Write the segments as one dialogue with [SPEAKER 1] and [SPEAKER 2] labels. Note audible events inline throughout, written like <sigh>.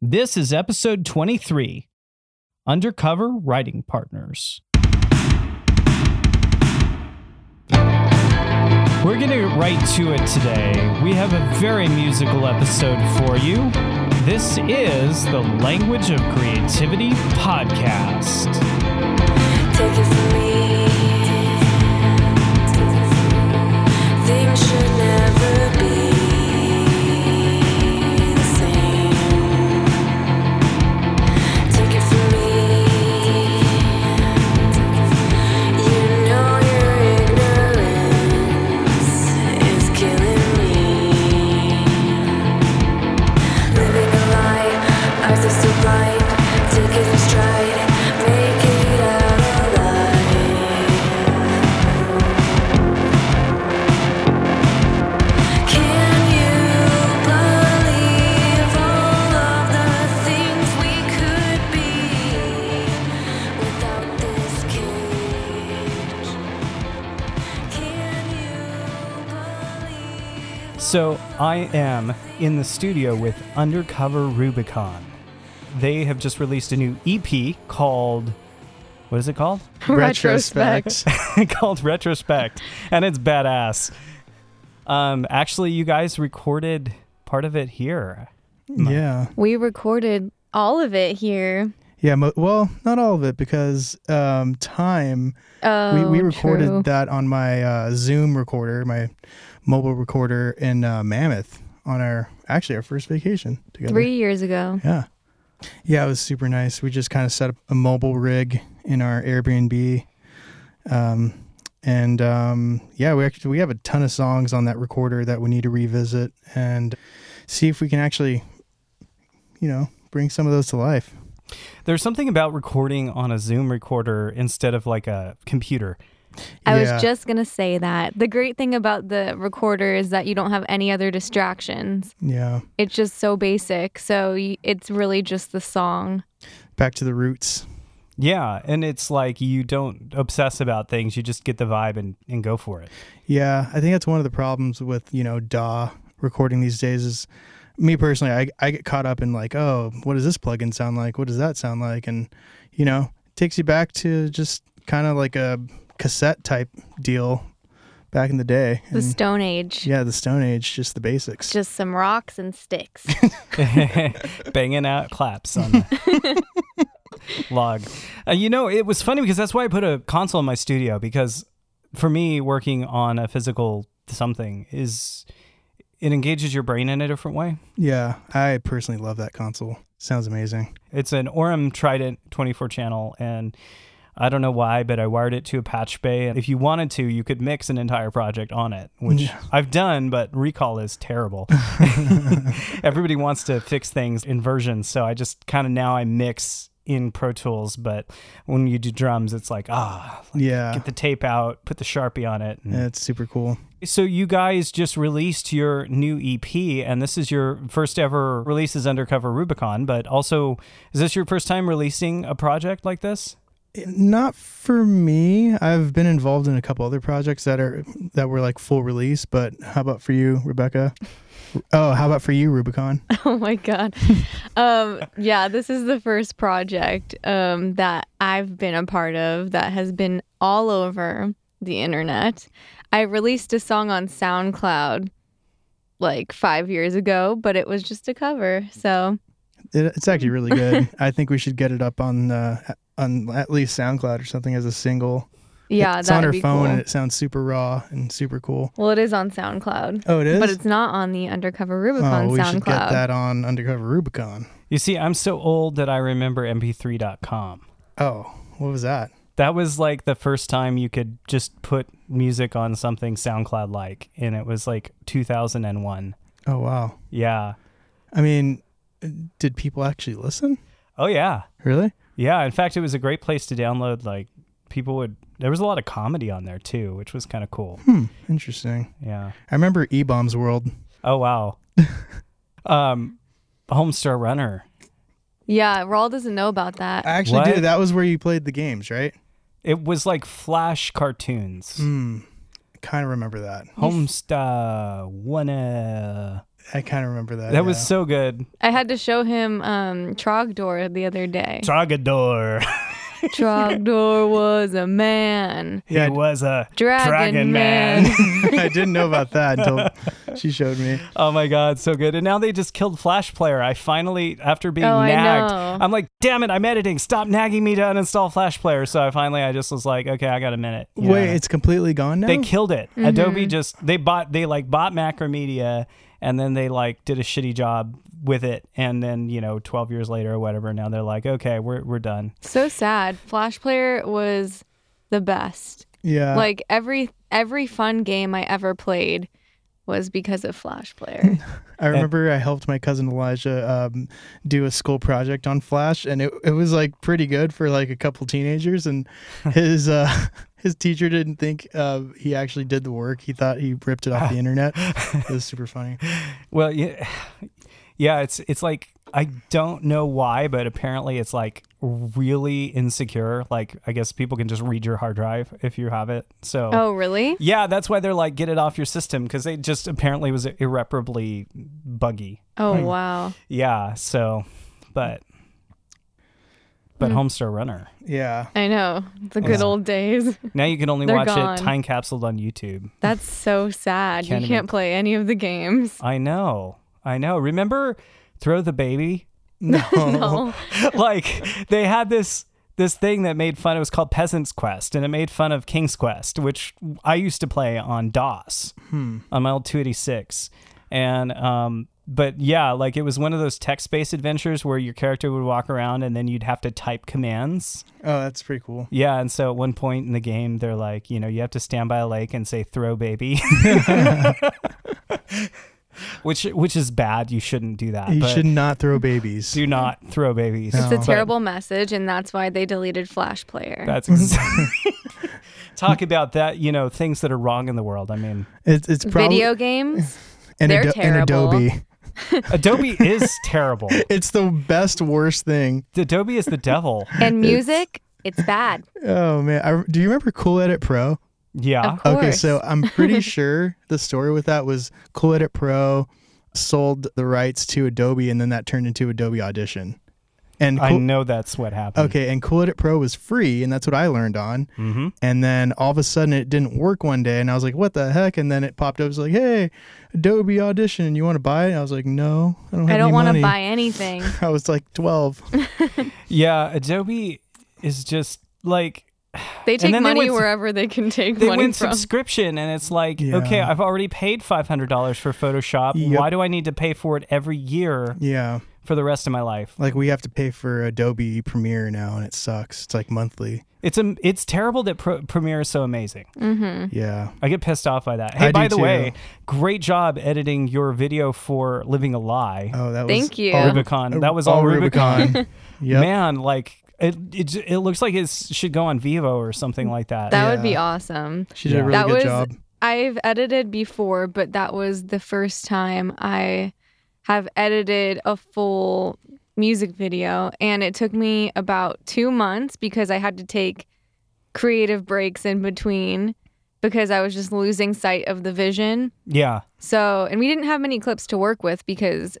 [SPEAKER 1] This is episode 23 Undercover Writing Partners. We're going to get right to it today. We have a very musical episode for you. This is the Language of Creativity podcast.
[SPEAKER 2] Take it from me. Things should never be the same. Take it from me. You know your ignorance is killing me. Living a lie, eyes are so blind. Take it in stride, make it out alive. Can you believe all of the things we could be without this cage? Can you believe?
[SPEAKER 1] So I am in the studio with Undercover Rubicon. They have just released a new EP called what is it called?
[SPEAKER 3] retrospect. <laughs>
[SPEAKER 1] <laughs> called Retrospect, and it's badass. Um, actually, you guys recorded part of it here.
[SPEAKER 3] yeah.
[SPEAKER 4] We recorded all of it here.
[SPEAKER 3] Yeah. Mo- well, not all of it because um, time.
[SPEAKER 4] Oh,
[SPEAKER 3] we, we recorded
[SPEAKER 4] true.
[SPEAKER 3] that on my uh, Zoom recorder, my mobile recorder in uh, Mammoth on our actually our first vacation together.
[SPEAKER 4] three years ago.
[SPEAKER 3] Yeah. Yeah, it was super nice. We just kind of set up a mobile rig in our Airbnb. Um, and um, yeah, we actually we have a ton of songs on that recorder that we need to revisit and see if we can actually, you know, bring some of those to life.
[SPEAKER 1] There's something about recording on a Zoom recorder instead of like a computer.
[SPEAKER 4] I
[SPEAKER 3] Yeah.
[SPEAKER 4] was just gonna say that. The great thing about the recorder is that you don't have any other distractions.
[SPEAKER 3] Yeah.
[SPEAKER 4] It's just so basic. So y- it's really just the song.
[SPEAKER 3] Back to the roots.
[SPEAKER 1] Yeah, and it's like you don't obsess about things; you just get the vibe and, and go for it.
[SPEAKER 3] Yeah, I think that's one of the problems with, you know, DAW recording these days is me personally, I, I get caught up in like, oh, what does this plugin sound like? What does that sound like? And, you know, it takes you back to just kind of like a cassette type deal back in the day.
[SPEAKER 4] The
[SPEAKER 3] And,
[SPEAKER 4] Stone Age.
[SPEAKER 3] yeah, the Stone Age, just the basics.
[SPEAKER 4] Just some rocks and sticks. <laughs>
[SPEAKER 1] <laughs> banging out claps on the log. Uh, you know, it was funny because that's why I put a console in my studio because for me, working on a physical something is it engages your brain in a different way.
[SPEAKER 3] yeah, I personally love that console. Sounds amazing.
[SPEAKER 1] It's an Orem Trident 24 channel and I don't know why, but I wired it to a patch bay. And if you wanted to, you could mix an entire project on it, which
[SPEAKER 3] Yeah.
[SPEAKER 1] I've done, but recall is terrible. <laughs> Everybody wants to fix things in versions. So I just kind of now I mix in Pro Tools, but when you do drums, it's like, ah,
[SPEAKER 3] Yeah,
[SPEAKER 1] get the tape out, put the Sharpie on it. and-
[SPEAKER 3] that's super cool.
[SPEAKER 1] So you guys just released your new EP, and this is your first ever release as Undercover Rubicon. But also, is this your first time releasing a project like this?
[SPEAKER 3] not for me. I've been involved in a couple other projects that are that were like full release, but how about for you,
[SPEAKER 4] <laughs>
[SPEAKER 3] Rebecca? Oh, how about for you, Rubicon?
[SPEAKER 4] oh my god. Um, yeah, this is the first project um, that I've been a part of that has been all over the internet. I released a song on SoundCloud like five years ago, but it was just a cover. So
[SPEAKER 3] It, it's actually really
[SPEAKER 4] <laughs>
[SPEAKER 3] good. I think we should get it up on uh, on at least SoundCloud or something as a single.
[SPEAKER 4] yeah,
[SPEAKER 3] it's
[SPEAKER 4] that'd
[SPEAKER 3] on her
[SPEAKER 4] be
[SPEAKER 3] phone
[SPEAKER 4] cool.
[SPEAKER 3] and it sounds super raw and super cool.
[SPEAKER 4] well, it is on SoundCloud,
[SPEAKER 3] Oh, it is.
[SPEAKER 4] but it's not on the Undercover
[SPEAKER 3] oh,
[SPEAKER 4] Rubicon
[SPEAKER 3] we should get
[SPEAKER 4] SoundCloud.
[SPEAKER 3] that on Undercover Rubicon.
[SPEAKER 1] You see, I'm so old that I remember mp3.com.
[SPEAKER 3] Oh, what was that?
[SPEAKER 1] That was like the first time you could just put music on something SoundCloud like, and it was like 2001.
[SPEAKER 3] Oh, wow.
[SPEAKER 1] Yeah.
[SPEAKER 3] I mean, did people actually listen?
[SPEAKER 1] Oh, yeah.
[SPEAKER 3] Really?
[SPEAKER 1] Yeah. In fact, it was a great place to download. Like, people would, there was a lot of comedy on there too, which was kind of cool. <laughs>
[SPEAKER 3] Hmm. Interesting.
[SPEAKER 1] Yeah.
[SPEAKER 3] I remember E Bombs World.
[SPEAKER 1] Oh
[SPEAKER 3] <laughs>
[SPEAKER 1] wow. um Homestar Runner.
[SPEAKER 4] yeah, Rawl doesn't know about that.
[SPEAKER 3] I actually
[SPEAKER 1] What?
[SPEAKER 3] do. That was where you played the games, right?
[SPEAKER 1] It was like flash
[SPEAKER 3] Mm.
[SPEAKER 1] cartoons.
[SPEAKER 3] Hmm. Kind of remember that.
[SPEAKER 1] Homestar Runner.
[SPEAKER 3] I kind of remember that.
[SPEAKER 1] uh, That was so good.
[SPEAKER 4] I had to show him um, Trogdor the other day.
[SPEAKER 1] Tragador. <laughs>
[SPEAKER 4] Trogdor was a man.
[SPEAKER 1] He
[SPEAKER 3] Yeah.
[SPEAKER 1] was a
[SPEAKER 4] Dragon man.
[SPEAKER 3] yeah. <laughs> I didn't know about that until she showed me.
[SPEAKER 1] <laughs> Oh my god, so good. And now they just killed Flash Player. I finally, after being
[SPEAKER 4] Oh, I
[SPEAKER 1] nagged,
[SPEAKER 4] know.
[SPEAKER 1] I'm like, damn it, I'm editing. Stop nagging me to uninstall Flash Player. So I finally, I just was like, okay, I got a minute. you
[SPEAKER 3] Wait,
[SPEAKER 1] know?
[SPEAKER 3] it's completely gone now.
[SPEAKER 1] they killed it. Adobe just they bought they like bought Macromedia and then they like did a shitty job with it. And then you know, 12 years later or whatever, now they're like, okay, we're we're done.
[SPEAKER 4] <laughs> So sad. Flash Player was the best.
[SPEAKER 3] yeah,
[SPEAKER 4] like every every fun game I ever played was because of Flash Player.
[SPEAKER 1] eh.
[SPEAKER 3] I remember I helped my cousin Elijah um, do a school project on Flash, and it, it was like pretty good for like a couple
[SPEAKER 1] <laughs>
[SPEAKER 3] teenagers. And his uh, his teacher didn't think uh, he actually did the work; he thought he ripped it off
[SPEAKER 1] <laughs>
[SPEAKER 3] the internet. It was super funny.
[SPEAKER 1] Well, yeah, <sighs> yeah. It's it's like I don't know why, but apparently it's like really insecure. Like I guess people can just read your hard drive if you have it. So
[SPEAKER 4] oh, really?
[SPEAKER 1] yeah, that's why they're like get it off your system because they just apparently was irreparably buggy.
[SPEAKER 4] Oh, wow.
[SPEAKER 1] Yeah. So, but but
[SPEAKER 4] Hmm.
[SPEAKER 1] Homestar Runner
[SPEAKER 3] Yeah,
[SPEAKER 4] I know. The good old days. <laughs>
[SPEAKER 1] now you can only
[SPEAKER 4] They're
[SPEAKER 1] watch
[SPEAKER 4] gone.
[SPEAKER 1] it time capsuled on YouTube.
[SPEAKER 4] That's so sad.
[SPEAKER 1] Can't
[SPEAKER 4] you
[SPEAKER 1] even-
[SPEAKER 4] can't play any of the games.
[SPEAKER 1] I know. I know. Remember, throw the baby. <laughs>
[SPEAKER 4] <laughs> No.
[SPEAKER 1] like they had this this thing that made fun it was called peasants quest and it made fun of king's quest which i used to play on dos on my old 286 and um but yeah like it was one of those text-based adventures where your character would walk around and then you'd have to type commands
[SPEAKER 3] oh, that's pretty cool.
[SPEAKER 1] yeah and so at one point in the game they're like you know you have to stand by a lake and say throw baby <laughs> which which is bad you shouldn't do that
[SPEAKER 3] You
[SPEAKER 1] but
[SPEAKER 3] should not throw babies.
[SPEAKER 1] do not throw babies
[SPEAKER 4] It's
[SPEAKER 3] No.
[SPEAKER 4] a terrible message, and that's why they deleted Flash Player.
[SPEAKER 1] <laughs> That's exactly.
[SPEAKER 3] Mm-hmm.
[SPEAKER 1] <laughs> Talk about that, you know, things that are wrong in the world. I mean,
[SPEAKER 3] It's it's probably
[SPEAKER 4] Video games?
[SPEAKER 3] and,
[SPEAKER 4] they're
[SPEAKER 3] and
[SPEAKER 4] terrible.
[SPEAKER 3] Adobe. <laughs>
[SPEAKER 4] <laughs>
[SPEAKER 1] Adobe is terrible.
[SPEAKER 3] It's the best worst thing.
[SPEAKER 1] Adobe is the devil.
[SPEAKER 4] and music? It's bad.
[SPEAKER 3] Oh man, I, do you remember Cool Edit Pro?
[SPEAKER 1] Yeah.
[SPEAKER 4] Of course.
[SPEAKER 3] Okay, so I'm
[SPEAKER 4] <laughs>
[SPEAKER 3] pretty sure the story with that was Cool Edit Pro sold the rights to Adobe, and then that turned into Adobe Audition. And
[SPEAKER 1] I
[SPEAKER 3] Cool-
[SPEAKER 1] know that's what happened.
[SPEAKER 3] okay, and Cool Edit Pro was free, and that's what I learned on. Mm-hmm. And then all of a sudden, it didn't work one day, and I was like, "What the heck?" And then it popped up, it was like, "Hey, Adobe Audition, you want to buy it?" And I was like, "No, I don't. Have
[SPEAKER 4] I don't
[SPEAKER 3] want to
[SPEAKER 4] buy anything.
[SPEAKER 3] <laughs> I was like
[SPEAKER 4] <laughs>
[SPEAKER 3] 12.
[SPEAKER 1] Yeah. Adobe is just like,
[SPEAKER 4] They take
[SPEAKER 1] then they
[SPEAKER 4] money
[SPEAKER 1] went-
[SPEAKER 4] wherever they can take
[SPEAKER 1] they
[SPEAKER 4] money
[SPEAKER 1] went
[SPEAKER 4] from.
[SPEAKER 1] subscription and it's like,
[SPEAKER 3] Yeah.
[SPEAKER 1] okay, I've already paid $500 for Photoshop.
[SPEAKER 3] Yep.
[SPEAKER 1] Why do I need to pay for it every year
[SPEAKER 3] yeah,
[SPEAKER 1] for the rest of my life?
[SPEAKER 3] like we have to pay for Adobe Premiere now, and it sucks. It's like monthly.
[SPEAKER 1] It's a, it's terrible that Pro- Premiere is so amazing.
[SPEAKER 4] Mm.
[SPEAKER 3] Yeah.
[SPEAKER 1] I get pissed off by that. Hey,
[SPEAKER 3] I do
[SPEAKER 1] by the
[SPEAKER 3] too.
[SPEAKER 1] way, great job editing your video for Living a Lie.
[SPEAKER 3] Oh, that was
[SPEAKER 4] Thank you.
[SPEAKER 3] all-
[SPEAKER 1] Rubicon. That was all, Rubicon.
[SPEAKER 4] <laughs>
[SPEAKER 3] yep.
[SPEAKER 1] Man, like it, it, it looks like it should go on Vivo or something like that.
[SPEAKER 4] That would be
[SPEAKER 3] Yeah.
[SPEAKER 4] awesome.
[SPEAKER 3] She did a
[SPEAKER 1] Yeah.
[SPEAKER 3] really
[SPEAKER 4] that
[SPEAKER 3] good
[SPEAKER 4] was
[SPEAKER 3] job.
[SPEAKER 4] I've edited before, but that was the first time I have edited a full music video and it took me about 2 months because I had to take creative breaks in between because I was just losing sight of the vision.
[SPEAKER 1] yeah.
[SPEAKER 4] So, and we didn't have many clips to work with because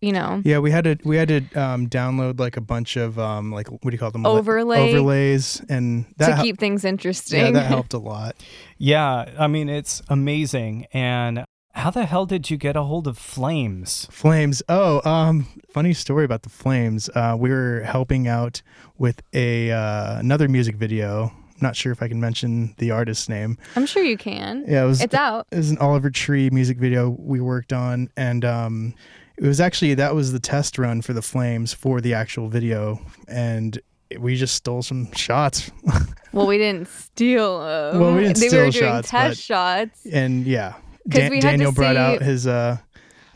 [SPEAKER 4] you know,
[SPEAKER 3] Yeah, we had to we had to um, download like a bunch of um, like what do you call them Mil-
[SPEAKER 4] Overlay.
[SPEAKER 3] overlays and
[SPEAKER 4] to
[SPEAKER 3] that hel-
[SPEAKER 4] keep things interesting.
[SPEAKER 3] yeah that helped a lot.
[SPEAKER 1] Yeah. I mean, it's amazing. And how the hell did you get a hold of Flames?
[SPEAKER 3] Flames. Oh, um, funny story about the flames. Uh, we were helping out with a uh, another music video. Not sure if I can mention the artist's name.
[SPEAKER 4] <laughs> I'm sure you can.
[SPEAKER 3] Yeah, it was
[SPEAKER 4] It's out.
[SPEAKER 3] It was an Oliver Tree music video we worked on, and um, it was actually that was the test run for the Flames for the actual video, and we just stole some shots, <laughs>
[SPEAKER 4] Well, we didn't steal 'em.
[SPEAKER 3] Well, we didn't
[SPEAKER 4] they
[SPEAKER 3] steal
[SPEAKER 4] were doing
[SPEAKER 3] shots,
[SPEAKER 4] test
[SPEAKER 3] but-
[SPEAKER 4] shots.
[SPEAKER 3] and yeah,
[SPEAKER 4] 'Cause we had to
[SPEAKER 3] Daniel brought
[SPEAKER 4] see-
[SPEAKER 3] out his uh,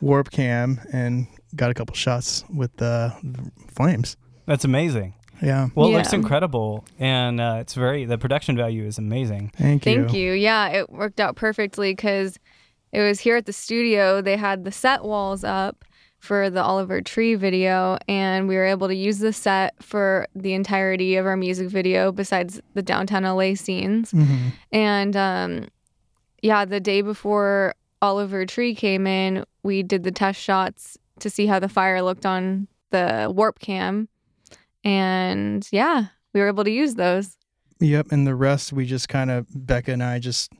[SPEAKER 3] warp cam and got a couple shots with the, the Flames.
[SPEAKER 1] That's amazing.
[SPEAKER 3] Yeah,
[SPEAKER 1] Well, it
[SPEAKER 4] Yeah.
[SPEAKER 1] looks incredible. And uh, it's very, the production value is amazing.
[SPEAKER 3] thank you.
[SPEAKER 4] Thank you. Yeah, it worked out perfectly because it was here at the studio. They had the set walls up for the Oliver Tree video, and we were able to use the set for the entirety of our music video, besides the
[SPEAKER 3] Mm-hmm.
[SPEAKER 4] downtown LA scenes. And um, yeah, the day before Oliver Tree came in, we did the test shots to see how the fire looked on the warp cam. And yeah, we were able to use those.
[SPEAKER 3] Yep, and the rest we just kind of Becca and I just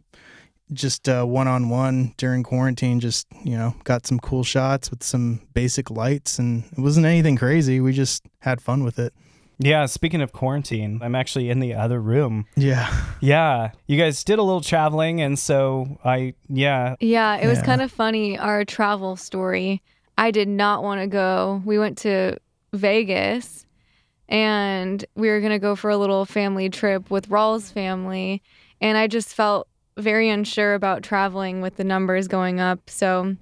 [SPEAKER 3] just uh one on one during quarantine just, you know, got some cool shots with some basic lights and it wasn't anything crazy. We just had fun with it.
[SPEAKER 1] Yeah, speaking of quarantine, I'm actually in the other room.
[SPEAKER 3] Yeah.
[SPEAKER 1] Yeah, you guys did a little traveling, and so I, yeah,
[SPEAKER 4] Yeah, it was
[SPEAKER 3] Yeah.
[SPEAKER 4] kind of funny. Our travel story. I did not want to go. We went to Vegas and we were going to go for a little family trip with Rawls' family. And I just felt very unsure about traveling with the numbers going up. So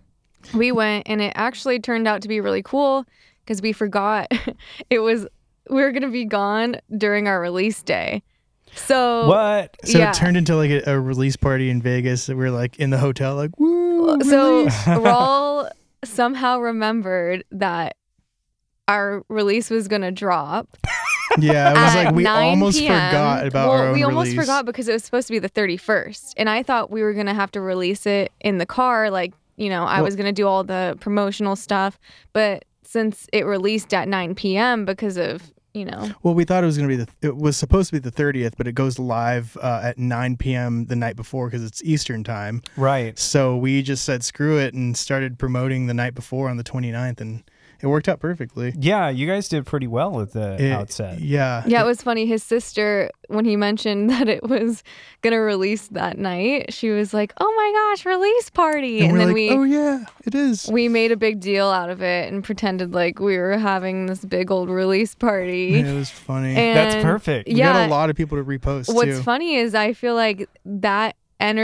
[SPEAKER 4] we went and it actually turned out to be really cool because we forgot <laughs> it was, we were going to be gone during our release day. So,
[SPEAKER 1] what?
[SPEAKER 3] So
[SPEAKER 4] Yeah.
[SPEAKER 3] it turned into like a, a release party in Vegas that we were like in the hotel like woo.
[SPEAKER 4] Oh, so <laughs>
[SPEAKER 3] release. <laughs>
[SPEAKER 4] Rawl somehow remembered that our release was gonna drop.
[SPEAKER 3] yeah, it was
[SPEAKER 4] at
[SPEAKER 3] like we
[SPEAKER 4] 9
[SPEAKER 3] almost
[SPEAKER 4] PM.
[SPEAKER 3] forgot about
[SPEAKER 4] well,
[SPEAKER 3] our own
[SPEAKER 4] we almost
[SPEAKER 3] release.
[SPEAKER 4] forgot because it was supposed to be the 31st, and I thought we were gonna have to release it in the car. Like you know, I
[SPEAKER 3] Well-
[SPEAKER 4] was gonna do all the promotional stuff, but since it released at 9 p.m. because of you know,
[SPEAKER 3] Well, we thought it was going to be the. It was supposed to be the thirtieth, but it goes live uh, at nine p.m. the night before because it's Eastern time.
[SPEAKER 1] Right.
[SPEAKER 3] So we just said screw it and started promoting the night before on the 29th, and it worked out perfectly.
[SPEAKER 1] Yeah, you guys did pretty well at the
[SPEAKER 3] It-
[SPEAKER 1] outset.
[SPEAKER 3] Yeah.
[SPEAKER 4] yeah, it was funny. His sister, when he mentioned <laughs> that it was gonna release that night, she was like, "Oh my gosh, release party!"
[SPEAKER 3] And,
[SPEAKER 4] And,
[SPEAKER 3] we're
[SPEAKER 4] then
[SPEAKER 3] like,
[SPEAKER 4] we
[SPEAKER 3] oh yeah, it is.
[SPEAKER 4] we made a big deal out of it and pretended like we were having this big old release party.
[SPEAKER 3] it was funny.
[SPEAKER 1] <laughs>
[SPEAKER 4] And
[SPEAKER 1] That's perfect.
[SPEAKER 3] we got
[SPEAKER 4] Yeah.
[SPEAKER 3] a lot of people to repost
[SPEAKER 4] What's
[SPEAKER 3] too.
[SPEAKER 4] funny is I feel like that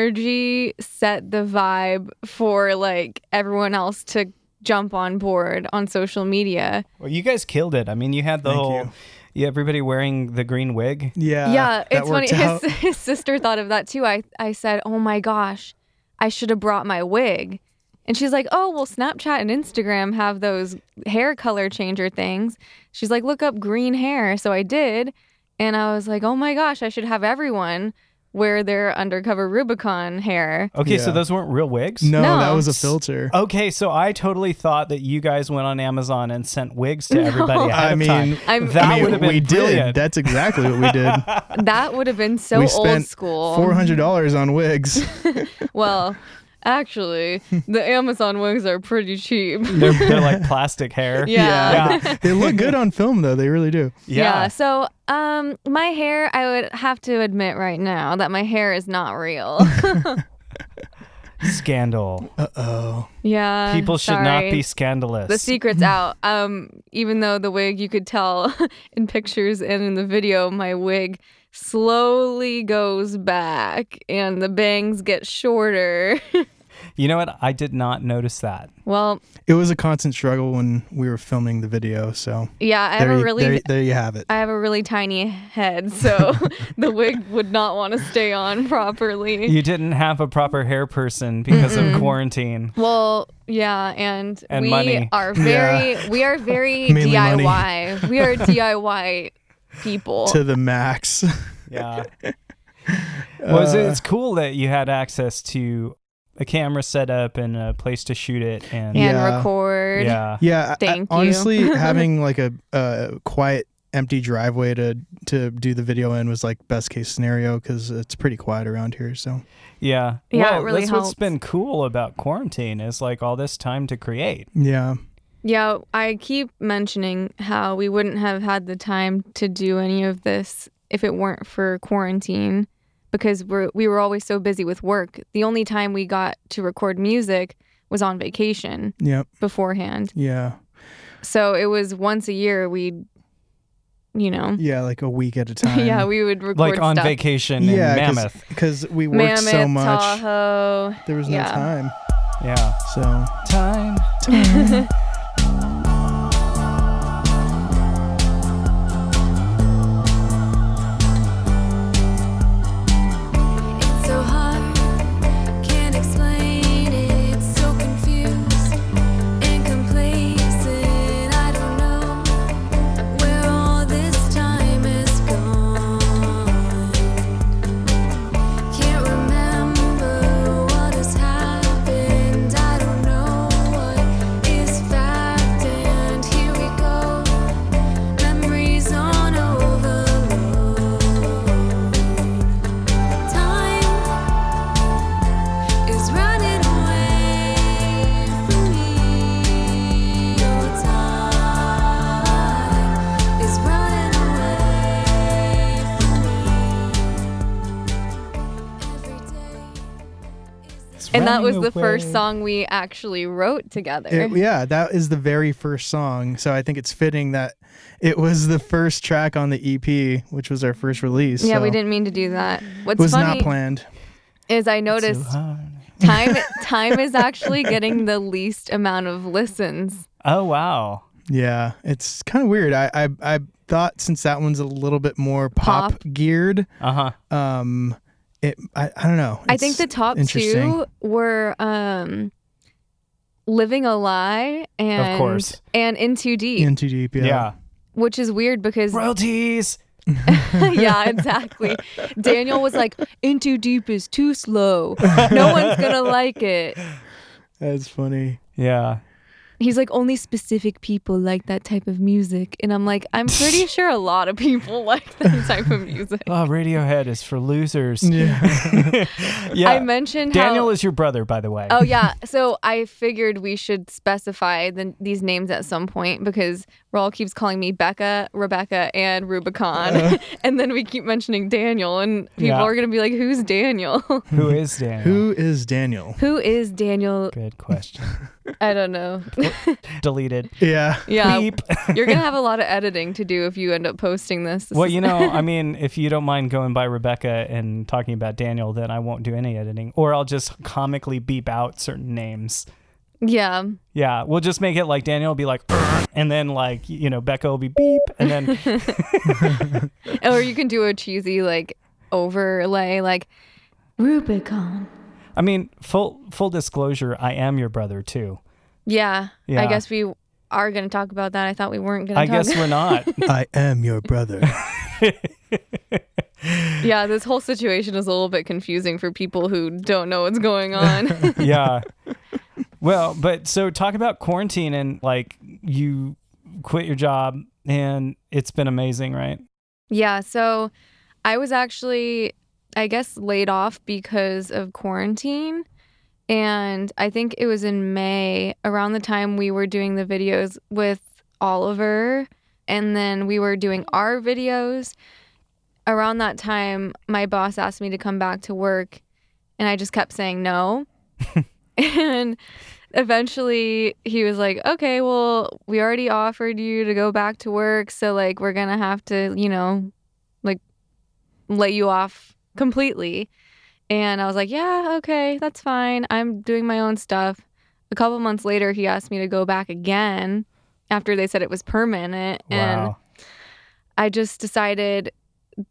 [SPEAKER 4] energy set the vibe for like everyone else to jump on board on social media.
[SPEAKER 1] Well, you guys killed it. I mean, you had the
[SPEAKER 3] Thank
[SPEAKER 1] whole, yeah, everybody wearing the green wig.
[SPEAKER 3] yeah.
[SPEAKER 4] yeah,
[SPEAKER 3] that
[SPEAKER 4] it's funny. <laughs>
[SPEAKER 3] worked out.
[SPEAKER 4] His, his sister thought of that too. I, I said, Oh my gosh, I should have brought my wig. And she's like, Oh, well, Snapchat and Instagram have those hair color changer things. She's like, Look up green hair. So I did. And I was like, Oh my gosh, I should have everyone wear their undercover Rubicon hair.
[SPEAKER 1] Okay, so
[SPEAKER 3] Yeah.
[SPEAKER 1] those weren't real wigs?
[SPEAKER 3] No,
[SPEAKER 4] No.
[SPEAKER 3] that was a filter.
[SPEAKER 1] Okay, so I totally thought that you guys went on Amazon and sent wigs
[SPEAKER 4] <laughs>
[SPEAKER 1] to everybody. ahead
[SPEAKER 3] I
[SPEAKER 1] of
[SPEAKER 3] mean,
[SPEAKER 1] time.
[SPEAKER 4] I'm-
[SPEAKER 1] that
[SPEAKER 4] I mean,
[SPEAKER 1] would have been
[SPEAKER 3] we
[SPEAKER 1] brilliant.
[SPEAKER 3] did. That's exactly what
[SPEAKER 1] <laughs>
[SPEAKER 3] we did.
[SPEAKER 4] That would have been so
[SPEAKER 3] we
[SPEAKER 4] old
[SPEAKER 3] spent
[SPEAKER 4] school.
[SPEAKER 3] four hundred dollars on
[SPEAKER 4] <laughs>
[SPEAKER 3] wigs.
[SPEAKER 4] well, actually, the Amazon wigs are pretty cheap.
[SPEAKER 3] <laughs>
[SPEAKER 1] they're, they're like plastic hair.
[SPEAKER 4] Yeah. <laughs>
[SPEAKER 1] Yeah.
[SPEAKER 3] they look good on film though. They really do.
[SPEAKER 1] Yeah.
[SPEAKER 4] So, um, my hair, I would have to admit right now that my hair is not real.
[SPEAKER 1] <laughs> Scandal.
[SPEAKER 3] Uh oh.
[SPEAKER 4] yeah.
[SPEAKER 1] People should
[SPEAKER 4] sorry.
[SPEAKER 1] not be scandalous.
[SPEAKER 4] The secret's out. Um, even though the wig, you could tell <laughs> in pictures and in the video, my wig slowly goes back and the bangs get shorter. <laughs>
[SPEAKER 1] you know what? I did not notice that.
[SPEAKER 4] well,
[SPEAKER 3] It was a constant struggle when we were filming the video. So
[SPEAKER 4] yeah, I have
[SPEAKER 3] there,
[SPEAKER 4] a
[SPEAKER 3] you-
[SPEAKER 4] really.
[SPEAKER 3] there, there you have it.
[SPEAKER 4] I have a really tiny
[SPEAKER 1] <laughs>
[SPEAKER 4] head, so <laughs> the wig would not want to stay on properly.
[SPEAKER 1] You didn't have a proper hair person because of quarantine.
[SPEAKER 4] Well, yeah, and,
[SPEAKER 1] And
[SPEAKER 4] we
[SPEAKER 1] money.
[SPEAKER 4] are very
[SPEAKER 3] <laughs>
[SPEAKER 4] we are very
[SPEAKER 3] Mainly
[SPEAKER 4] DIY.
[SPEAKER 3] money.
[SPEAKER 4] We are DIY people.
[SPEAKER 3] to the max. <laughs>
[SPEAKER 1] Yeah. well, it's, it's cool that you had access to a camera setup and a place to shoot it. And
[SPEAKER 4] and
[SPEAKER 3] Yeah.
[SPEAKER 4] record.
[SPEAKER 1] yeah.
[SPEAKER 3] yeah. I- I-
[SPEAKER 4] Thank you. <laughs>
[SPEAKER 3] honestly, having like a, a quiet, empty driveway to to do the video in was like best case scenario because it's pretty quiet around here. So
[SPEAKER 1] Yeah.
[SPEAKER 4] Yeah, it
[SPEAKER 1] Well,
[SPEAKER 4] really
[SPEAKER 1] that's what's
[SPEAKER 4] helps.
[SPEAKER 1] been cool about quarantine is like all this time to create.
[SPEAKER 3] yeah,
[SPEAKER 4] Yeah, I keep mentioning how we wouldn't have had the time to do any of this if it weren't for quarantine because we're, we were always so busy with work. The only time we got to record music was on vacation
[SPEAKER 3] yep,
[SPEAKER 4] beforehand.
[SPEAKER 3] yeah,
[SPEAKER 4] So it was once a year we'd, you know,
[SPEAKER 3] yeah. Like a week
[SPEAKER 4] <laughs>
[SPEAKER 3] at a time.
[SPEAKER 4] yeah, we would record
[SPEAKER 1] Like on
[SPEAKER 4] stuff.
[SPEAKER 1] vacation
[SPEAKER 3] yeah,
[SPEAKER 1] in Mammoth.
[SPEAKER 3] because we worked
[SPEAKER 4] Mammoth,
[SPEAKER 3] so much.
[SPEAKER 4] Tahoe.
[SPEAKER 3] There was no
[SPEAKER 4] Yeah.
[SPEAKER 3] time.
[SPEAKER 1] Yeah.
[SPEAKER 3] So
[SPEAKER 1] Time.
[SPEAKER 2] It's so hard, can't explain it. So confused and complacent. I don't know where all this time has gone. Can't remember what has happened.
[SPEAKER 4] And that was
[SPEAKER 1] Running
[SPEAKER 4] the first
[SPEAKER 1] away.
[SPEAKER 4] song we actually wrote together.
[SPEAKER 3] It- yeah, that is the very first song. So I think it's fitting that it was the first track on the EP, which was our first release.
[SPEAKER 4] yeah, we
[SPEAKER 3] so
[SPEAKER 4] didn't mean to do that. What's
[SPEAKER 3] Was not
[SPEAKER 4] funny
[SPEAKER 3] planned.
[SPEAKER 4] is I
[SPEAKER 1] It's so
[SPEAKER 4] noticed
[SPEAKER 1] hard.
[SPEAKER 3] <laughs>
[SPEAKER 4] time time is actually getting the least amount of listens.
[SPEAKER 1] Oh wow.
[SPEAKER 3] Yeah, it's kind of weird. I, I I thought since that one's a little bit more pop,
[SPEAKER 4] Pop.
[SPEAKER 3] geared,
[SPEAKER 1] Uh huh.
[SPEAKER 3] um, it I, I don't know.
[SPEAKER 4] I think
[SPEAKER 3] It's
[SPEAKER 4] the top
[SPEAKER 3] interesting.
[SPEAKER 4] two were um, "Living a Lie" and
[SPEAKER 1] course.
[SPEAKER 4] and "In Too Deep,"
[SPEAKER 3] in too deep. Yeah.
[SPEAKER 1] Yeah.
[SPEAKER 4] which is weird because
[SPEAKER 1] Royalties.
[SPEAKER 4] <laughs> yeah,
[SPEAKER 3] <laughs>
[SPEAKER 4] exactly. Daniel was like, "In Too Deep is too slow. No one's gonna like it."
[SPEAKER 3] that's funny.
[SPEAKER 1] Yeah.
[SPEAKER 4] He's like, "Only specific people like that type of music," and I'm like, "I'm <laughs> pretty sure a lot of people like that type of music."
[SPEAKER 1] Oh, Radiohead is for losers.
[SPEAKER 3] Yeah,
[SPEAKER 1] <laughs> yeah.
[SPEAKER 4] I mentioned
[SPEAKER 1] Daniel
[SPEAKER 4] how-
[SPEAKER 1] is your brother, by the way.
[SPEAKER 4] Oh yeah. So I figured we should specify the, these names at some point because Raul keeps calling me Becca, Rebecca, and Rubicon, <laughs> and then we keep mentioning Daniel, and people
[SPEAKER 1] Uh-huh. Yeah.
[SPEAKER 4] are gonna be like, "Who's Daniel? <laughs>
[SPEAKER 1] Who is Daniel?
[SPEAKER 3] who is Daniel?
[SPEAKER 4] Who is Daniel?
[SPEAKER 1] Good question.
[SPEAKER 4] I don't know."
[SPEAKER 1] Deleted.
[SPEAKER 3] Yeah,
[SPEAKER 4] <laughs> yeah,
[SPEAKER 1] Beep.
[SPEAKER 4] you're gonna
[SPEAKER 1] <laughs>
[SPEAKER 4] have a lot of editing to do if you end up posting this.
[SPEAKER 1] Well, you know, I mean, if you don't mind going by Rebecca and talking about Daniel, then I won't do any editing, or I'll just comically beep out certain names.
[SPEAKER 4] yeah,
[SPEAKER 1] Yeah, we'll just make it like Daniel will be like, "Brr," and then like you know Becca will be beep, and then
[SPEAKER 4] or you can do a cheesy like overlay like Rubicon.
[SPEAKER 1] I mean full full disclosure, I am your brother too.
[SPEAKER 4] Yeah,
[SPEAKER 1] Yeah.
[SPEAKER 4] I guess we are gonna talk about that. I thought we weren't gonna.
[SPEAKER 1] I
[SPEAKER 4] talk <laughs>
[SPEAKER 1] guess we're not.
[SPEAKER 3] <laughs>
[SPEAKER 1] <laughs>
[SPEAKER 3] I am your brother.
[SPEAKER 4] <laughs> Yeah, this whole situation is a little bit confusing for people who don't know
[SPEAKER 1] <laughs>
[SPEAKER 4] what's going on.
[SPEAKER 1] yeah. Well, but so talk about quarantine and like you quit your job and it's been amazing, right?
[SPEAKER 4] yeah, so I was actually, I guess, laid off because of quarantine. And I think it was in May, around the time we were doing the videos with Oliver. And then we were doing our videos. Around that time, my boss asked me to come back to work. And I just kept saying no. and eventually he was like, okay, well, we already offered you to go back to work. So, like, we're going to have to, you know, like, let you off completely. And I was like, yeah, okay, that's fine. I'm doing my own stuff. A couple months later, he asked me to go back again after they said it was permanent. And
[SPEAKER 1] Wow.
[SPEAKER 4] I just decided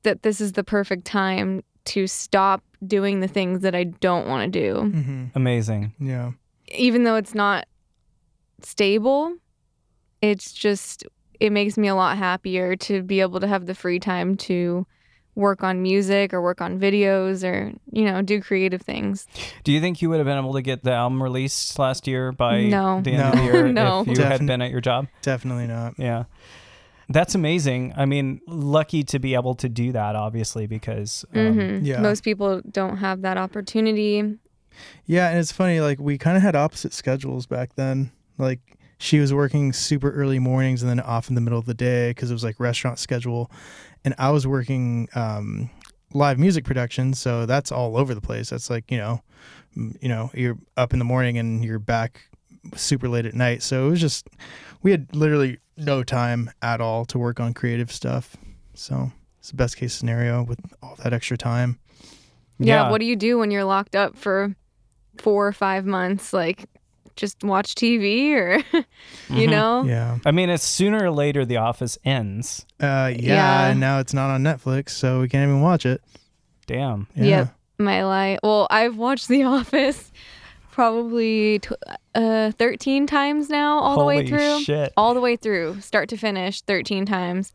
[SPEAKER 4] that this is the perfect time to stop doing the things that I don't want to do.
[SPEAKER 3] hmm
[SPEAKER 1] Amazing.
[SPEAKER 3] Yeah,
[SPEAKER 4] Even though it's not stable, it's just, it makes me a lot happier to be able to have the free time to work on music or work on videos or, you know, do creative things.
[SPEAKER 1] Do you think you would have been able to get the album released last year by
[SPEAKER 4] No.
[SPEAKER 1] the end of the
[SPEAKER 3] No.
[SPEAKER 4] <laughs>
[SPEAKER 1] year
[SPEAKER 4] No.
[SPEAKER 1] if you had
[SPEAKER 3] Defin-
[SPEAKER 1] been at your job?
[SPEAKER 3] definitely not.
[SPEAKER 1] Yeah. That's amazing. I mean, lucky to be able to do that, obviously, because um,
[SPEAKER 4] Mhm.
[SPEAKER 3] yeah.
[SPEAKER 4] Most people don't have that opportunity.
[SPEAKER 3] Yeah, and it's funny, like we kind of had opposite schedules back then. Like she was working super early mornings and then off in the middle of the day because it was like restaurant schedule, and I was working um, live music production, so that's all over the place. That's like you know, m- you know, you're up in the morning and you're back super late at night. So it was just we had literally no time at all to work on creative stuff. So it's the best case scenario with all that extra time.
[SPEAKER 4] Yeah.
[SPEAKER 1] Yeah.
[SPEAKER 4] What do you do when you're locked up for four or five months? Like, just watch TV or, <laughs> you
[SPEAKER 1] Mm-hmm.
[SPEAKER 4] know?
[SPEAKER 3] Yeah.
[SPEAKER 1] I mean, it's sooner or later the office ends.
[SPEAKER 3] Uh, yeah,
[SPEAKER 4] Yeah.
[SPEAKER 3] and now it's not on Netflix, so we can't even watch it.
[SPEAKER 1] Damn.
[SPEAKER 3] Yeah.
[SPEAKER 4] Yep. My life. Well, I've watched The <laughs> Office probably tw- uh, 13 times now, all
[SPEAKER 1] Holy
[SPEAKER 4] the way through.
[SPEAKER 1] shit.
[SPEAKER 4] All the way through, start to finish, 13 times.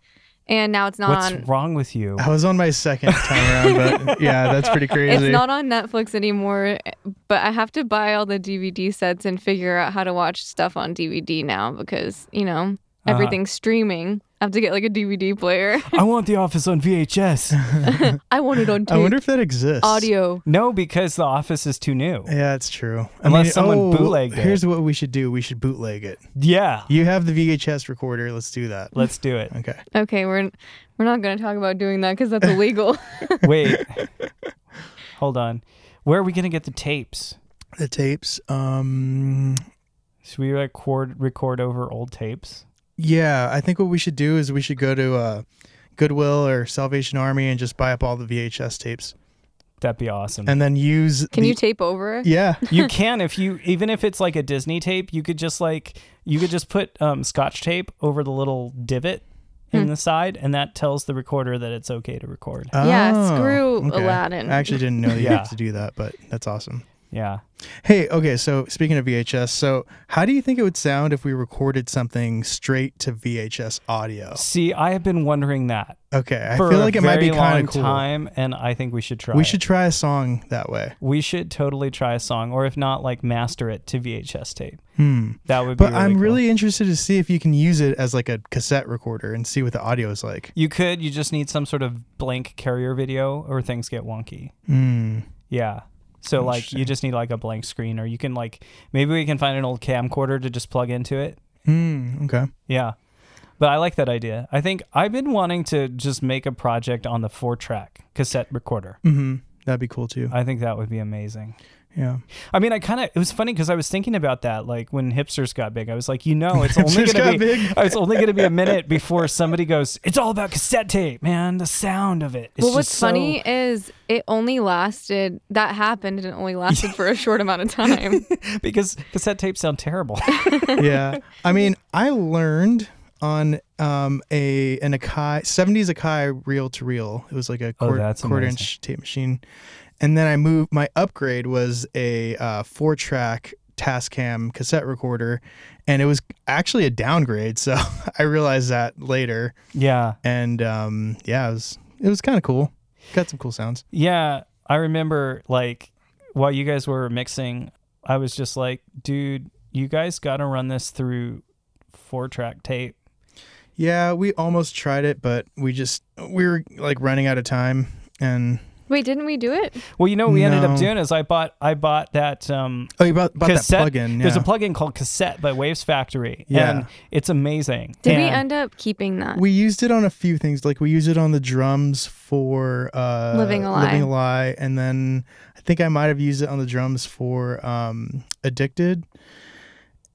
[SPEAKER 4] And now it's not
[SPEAKER 1] What's
[SPEAKER 4] on.
[SPEAKER 1] wrong with
[SPEAKER 3] <laughs>
[SPEAKER 1] you?
[SPEAKER 3] I was on my second time around,
[SPEAKER 4] <laughs>
[SPEAKER 3] but yeah, that's pretty
[SPEAKER 4] It's
[SPEAKER 3] crazy.
[SPEAKER 4] not on Netflix anymore, but I have to buy all the DVD sets and figure out how to watch stuff on DVD now because, you
[SPEAKER 3] Uh-huh.
[SPEAKER 4] know, everything's streaming. I have to get like a DVD player. <laughs>
[SPEAKER 1] I want The Office on VHS.
[SPEAKER 4] I want it on
[SPEAKER 3] <laughs> I
[SPEAKER 4] tape.
[SPEAKER 3] wonder if that exists.
[SPEAKER 4] audio.
[SPEAKER 1] no, because The Office is too new.
[SPEAKER 3] Yeah, it's true. I
[SPEAKER 1] Unless someone
[SPEAKER 3] oh,
[SPEAKER 1] bootlegged it.
[SPEAKER 3] Here's what we should do: we should bootleg it.
[SPEAKER 1] Yeah.
[SPEAKER 3] You have the VHS recorder. Let's do that.
[SPEAKER 1] Let's do
[SPEAKER 3] <laughs>
[SPEAKER 1] it.
[SPEAKER 3] Okay.
[SPEAKER 4] Okay, we're we're not going to talk about doing that
[SPEAKER 3] <laughs>
[SPEAKER 4] cuz that's illegal. <laughs>
[SPEAKER 1] Wait. Hold on. Where are we going to get the tapes?
[SPEAKER 3] the tapes. Um,
[SPEAKER 1] Should we record record over old tapes?
[SPEAKER 3] yeah, I think what we should do is we should go to uh, Goodwill or Salvation Army and just buy up all the VHS tapes
[SPEAKER 1] That'd be awesome.
[SPEAKER 3] and then use.
[SPEAKER 4] Can
[SPEAKER 3] the-
[SPEAKER 4] you tape over?
[SPEAKER 3] yeah,
[SPEAKER 1] you can if you even if it's like a Disney tape, you could just like you could just put um, scotch tape over the little divot
[SPEAKER 4] Hmm.
[SPEAKER 1] in the side, and that tells the recorder that it's okay to record.
[SPEAKER 4] Yeah,
[SPEAKER 3] Oh,
[SPEAKER 4] screw Aladdin.
[SPEAKER 3] I actually didn't know that you
[SPEAKER 1] Yeah.
[SPEAKER 3] have to do that, but that's awesome.
[SPEAKER 1] yeah,
[SPEAKER 3] Hey, okay, so speaking of VHS, so how do you think it would sound if we recorded something straight to VHS audio?
[SPEAKER 1] See, I have been wondering that
[SPEAKER 3] Okay, I
[SPEAKER 1] for
[SPEAKER 3] feel like
[SPEAKER 1] a
[SPEAKER 3] it might be
[SPEAKER 1] very long
[SPEAKER 3] kind of cool.
[SPEAKER 1] time, and I think we should try.
[SPEAKER 3] We
[SPEAKER 1] it.
[SPEAKER 3] should try a song that way.
[SPEAKER 1] we should totally try a song, or if not, like master it to VHS tape.
[SPEAKER 3] Hmm.
[SPEAKER 1] That would.
[SPEAKER 3] But
[SPEAKER 1] be
[SPEAKER 3] I'm
[SPEAKER 1] cool.
[SPEAKER 3] really interested to see if you can use it as like a cassette recorder and see what the audio is like.
[SPEAKER 1] You could. You just need some sort of blank carrier video, or things get wonky.
[SPEAKER 3] Hmm.
[SPEAKER 1] Yeah. So like you just need like a blank screen, or you can like maybe we can find an old camcorder to just plug into it.
[SPEAKER 3] Hmm. Okay.
[SPEAKER 1] Yeah. But I like that idea. I think I've been wanting to just make a project on the four track cassette recorder.
[SPEAKER 3] Hmm. That'd be cool too.
[SPEAKER 1] I think that would be amazing.
[SPEAKER 3] Yeah.
[SPEAKER 1] I mean, I kind of it was funny because I was thinking about that, like when hipsters got big. I was like, you know,
[SPEAKER 3] <laughs>
[SPEAKER 1] it's only
[SPEAKER 3] Hipsters
[SPEAKER 1] gonna
[SPEAKER 3] got
[SPEAKER 1] be
[SPEAKER 3] big.
[SPEAKER 1] it's only gonna be
[SPEAKER 3] <laughs>
[SPEAKER 1] a minute before somebody goes. It's all about cassette tape, man. The sound of it. It's
[SPEAKER 4] well, what's
[SPEAKER 1] just so-
[SPEAKER 4] funny is it only lasted, that happened and it only lasted for a short
[SPEAKER 3] <laughs>
[SPEAKER 4] amount of time.
[SPEAKER 1] <laughs> because cassette tapes sound terrible. <laughs>
[SPEAKER 3] yeah. I mean, I learned on um a an Akai 70s Akai reel to reel. It was like a
[SPEAKER 1] Oh,
[SPEAKER 3] quarter,
[SPEAKER 1] that's
[SPEAKER 3] quarter
[SPEAKER 1] amazing.
[SPEAKER 3] inch tape machine. And then I moved my upgrade was a uh, four track Tascam cassette recorder and it was actually a downgrade, so <laughs> I realized that later
[SPEAKER 1] yeah.
[SPEAKER 3] and um yeah, it was it was kind of cool. Got some cool sounds.
[SPEAKER 1] Yeah, I remember like while you guys were mixing, I was just like, dude, you guys got to run this through four track tape.
[SPEAKER 3] Yeah, we almost tried it, but we just we were like running out of time and
[SPEAKER 4] Wait, didn't we do it?
[SPEAKER 1] Well, you know what we ended
[SPEAKER 3] No.
[SPEAKER 1] up doing is I bought I bought that um
[SPEAKER 3] Oh, you bought, bought that
[SPEAKER 1] cassette.
[SPEAKER 3] plug-in. Yeah.
[SPEAKER 1] There's a plugin called Cassette by Waves Factory.
[SPEAKER 3] Yeah.
[SPEAKER 1] And it's amazing.
[SPEAKER 4] Did we
[SPEAKER 1] And-
[SPEAKER 4] end up keeping that?
[SPEAKER 3] We used it on a few things. Like we used it on the drums for uh,
[SPEAKER 4] Living a Lie.
[SPEAKER 3] Living a Lie, and then I think I might have used it on the drums for um, Addicted.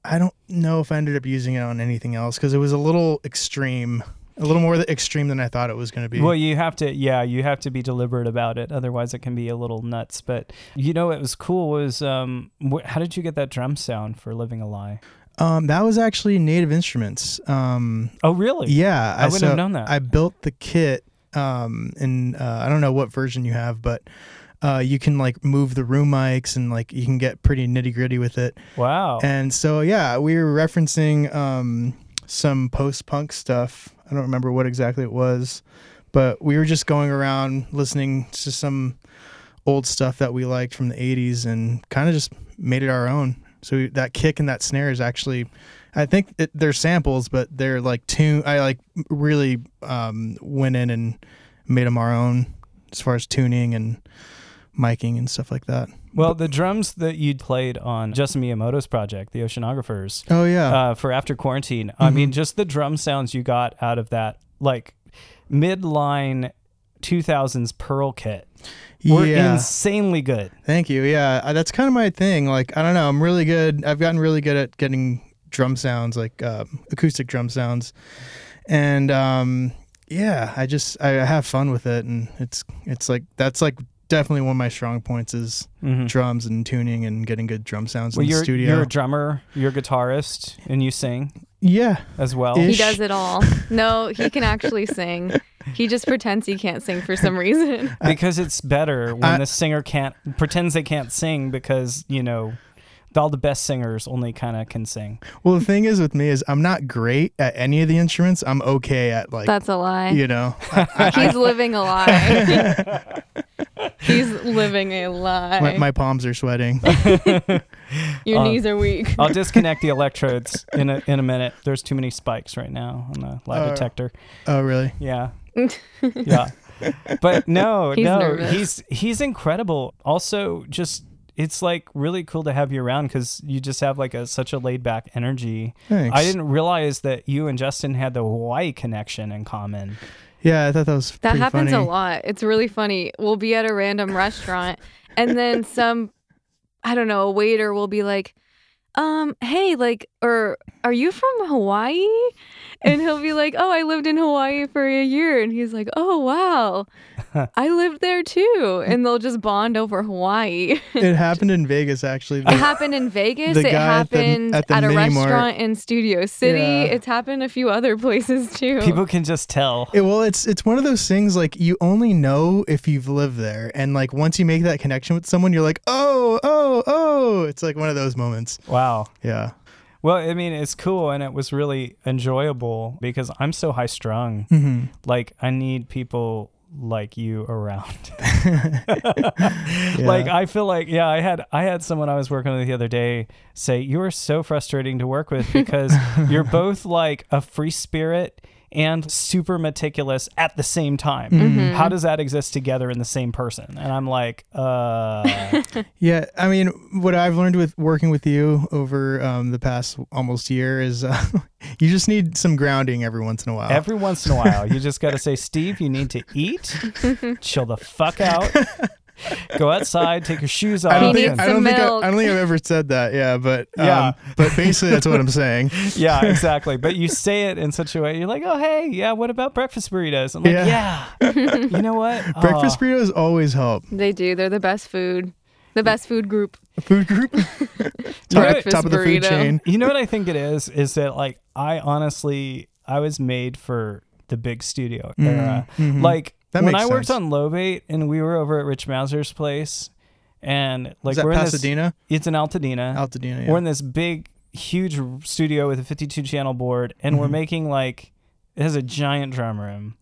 [SPEAKER 3] I don't know if I ended up using it on anything else because it was a little extreme, a little more extreme than I thought it was going to be.
[SPEAKER 1] Well, you have to, yeah, you have to be deliberate about it. Otherwise, it can be a little nuts. But you know, it was cool. Was um, wh- how did you get that drum sound for "Living a Lie"?
[SPEAKER 3] um, that was actually Native Instruments. Um,
[SPEAKER 1] Oh, really?
[SPEAKER 3] Yeah,
[SPEAKER 1] I wouldn't have known that.
[SPEAKER 3] I built the kit, um, and uh, I don't know what version you have, but uh, you can like move the room mics and like you can get pretty nitty gritty with it.
[SPEAKER 1] Wow.
[SPEAKER 3] And so yeah, we were referencing um, some post punk stuff. I don't remember what exactly it was, but we were just going around listening to some old stuff that we liked from the '80s and kind of just made it our own. So we, that kick and that snare is actually, I think it, they're samples, but they're like tune. I like really um, went in and made them our own as far as tuning and miking and stuff like that.
[SPEAKER 1] Well, the drums that you played on Justin Miyamoto's project, The Oceanographers,
[SPEAKER 3] Oh yeah, Mm-hmm.
[SPEAKER 1] uh, for After Quarantine, I mean, just the drum sounds you got out of that, like midline 2000s Pearl kit, were
[SPEAKER 3] yeah.
[SPEAKER 1] insanely good.
[SPEAKER 3] Thank you. Yeah, uh, that's kind of my thing. Like, I don't know. I'm really good. I've gotten really good at getting drum sounds, like uh, acoustic drum sounds, and um, yeah, I just I have fun with it, and it's it's like that's like definitely one of my strong points is drums and tuning and getting good drum sounds
[SPEAKER 1] Mm-hmm. Well,
[SPEAKER 3] in
[SPEAKER 1] you're,
[SPEAKER 3] the studio.
[SPEAKER 1] you're a drummer, you're a guitarist, and you sing
[SPEAKER 3] yeah,
[SPEAKER 1] as well.
[SPEAKER 3] Ish.
[SPEAKER 4] He does it all. No, he can actually sing. He just pretends he can't sing for
[SPEAKER 3] <laughs>
[SPEAKER 4] some reason.
[SPEAKER 1] because it's better when
[SPEAKER 3] I-
[SPEAKER 1] the singer can't pretends they can't sing because you know all the best singers only kind of can sing
[SPEAKER 3] Well, the thing is with me is I'm not great at any of the instruments. I'm okay at like
[SPEAKER 4] That's a lie.
[SPEAKER 3] you know. I-
[SPEAKER 4] He's
[SPEAKER 3] <laughs>
[SPEAKER 4] living a lie. <laughs> He's living a lie.
[SPEAKER 3] my, uh, my palms are sweating.
[SPEAKER 4] <laughs> Your knees are weak.
[SPEAKER 3] <laughs>
[SPEAKER 1] i'll disconnect the electrodes in a, in a minute there's too many spikes right now on the lie
[SPEAKER 3] Uh,
[SPEAKER 1] detector
[SPEAKER 3] oh, really?
[SPEAKER 4] <laughs>
[SPEAKER 1] yeah yeah but no
[SPEAKER 4] He's
[SPEAKER 1] no
[SPEAKER 4] nervous.
[SPEAKER 1] he's he's incredible also just it's like really cool to have you around because you just have like a such a laid back energy
[SPEAKER 3] Thanks.
[SPEAKER 1] i didn't realize that you and justin had the hawaii connection in common
[SPEAKER 3] Yeah, I thought that was
[SPEAKER 4] That
[SPEAKER 3] pretty
[SPEAKER 4] happens
[SPEAKER 3] funny. <laughs>
[SPEAKER 4] a lot. It's really funny. We'll be at a random restaurant and then some I don't know, a waiter will be like, um, hey, like, or are you from Hawaii? And he'll be like, oh, I lived in Hawaii for a year. And he's like, oh,
[SPEAKER 3] <laughs>
[SPEAKER 4] wow, I lived there too. And they'll just bond over Hawaii. <laughs>
[SPEAKER 3] It happened in Vegas actually. <laughs>
[SPEAKER 4] It happened in Vegas.
[SPEAKER 3] The
[SPEAKER 4] It
[SPEAKER 3] guy at the-
[SPEAKER 4] happened
[SPEAKER 3] at
[SPEAKER 4] at,
[SPEAKER 3] the
[SPEAKER 4] a
[SPEAKER 3] mini mart.
[SPEAKER 4] restaurant in Studio City.
[SPEAKER 3] Yeah.
[SPEAKER 4] It's happened a few other <laughs> places too.
[SPEAKER 1] People can just tell.
[SPEAKER 3] It- well, it's it's one of those things like you only know if you've lived there, and like once you make that connection with someone, you're like, oh, oh, oh. It's like one of those moments.
[SPEAKER 1] Wow.
[SPEAKER 3] Yeah.
[SPEAKER 1] Well, I mean, it's cool and it was really enjoyable because I'm so high strung. Like, I need people like you around. <laughs> Like, I feel like, yeah, I had I had someone I was working with the other day say, "You are so frustrating to work with because you're both like a free spirit." And super meticulous at the same time. How does that exist together in the same person? And I'm like, uh,
[SPEAKER 3] Yeah, I mean, what I've learned with working with you over um, the past almost year is uh, <laughs> you just need some grounding every once in a while.
[SPEAKER 1] Every once in a while, you just got to say, Steve, you need to
[SPEAKER 3] <laughs>
[SPEAKER 1] eat, chill the fuck out, go outside, take your shoes off.
[SPEAKER 3] I don't,
[SPEAKER 4] He
[SPEAKER 3] think,
[SPEAKER 4] needs
[SPEAKER 3] I,
[SPEAKER 4] some
[SPEAKER 3] don't think I,
[SPEAKER 4] milk.
[SPEAKER 3] I don't think I've ever said that. Yeah,
[SPEAKER 4] <laughs>
[SPEAKER 3] but um,
[SPEAKER 1] Yeah.
[SPEAKER 3] but basically that's what I'm saying.
[SPEAKER 1] yeah, exactly. But you say it in such a way, you're like, oh, hey, yeah, what about breakfast burritos? I'm like, yeah.
[SPEAKER 3] Yeah. <laughs>
[SPEAKER 1] You know what? Oh,
[SPEAKER 3] Breakfast burritos always help.
[SPEAKER 4] They do. They're the best food. The best food group.
[SPEAKER 3] Food
[SPEAKER 4] <laughs>
[SPEAKER 3] group, top,
[SPEAKER 4] Breakfast
[SPEAKER 3] top of the food
[SPEAKER 4] burrito.
[SPEAKER 3] chain.
[SPEAKER 1] Oh. you know what I think it is? Is that, like, I honestly, I was made for the big studio era. Like,
[SPEAKER 3] Mm-hmm. That
[SPEAKER 1] when
[SPEAKER 3] makes
[SPEAKER 1] I worked
[SPEAKER 3] sense.
[SPEAKER 1] on Lobate and we were over at Rich Mauser's place, and like
[SPEAKER 3] Is that
[SPEAKER 1] we're in this-
[SPEAKER 3] Pasadena?
[SPEAKER 1] it's in Altadena.
[SPEAKER 3] Altadena.
[SPEAKER 1] we're
[SPEAKER 3] Yeah.
[SPEAKER 1] in this big huge studio with a 52 channel board and
[SPEAKER 3] Mm-hmm.
[SPEAKER 1] we're making like it has a giant drum room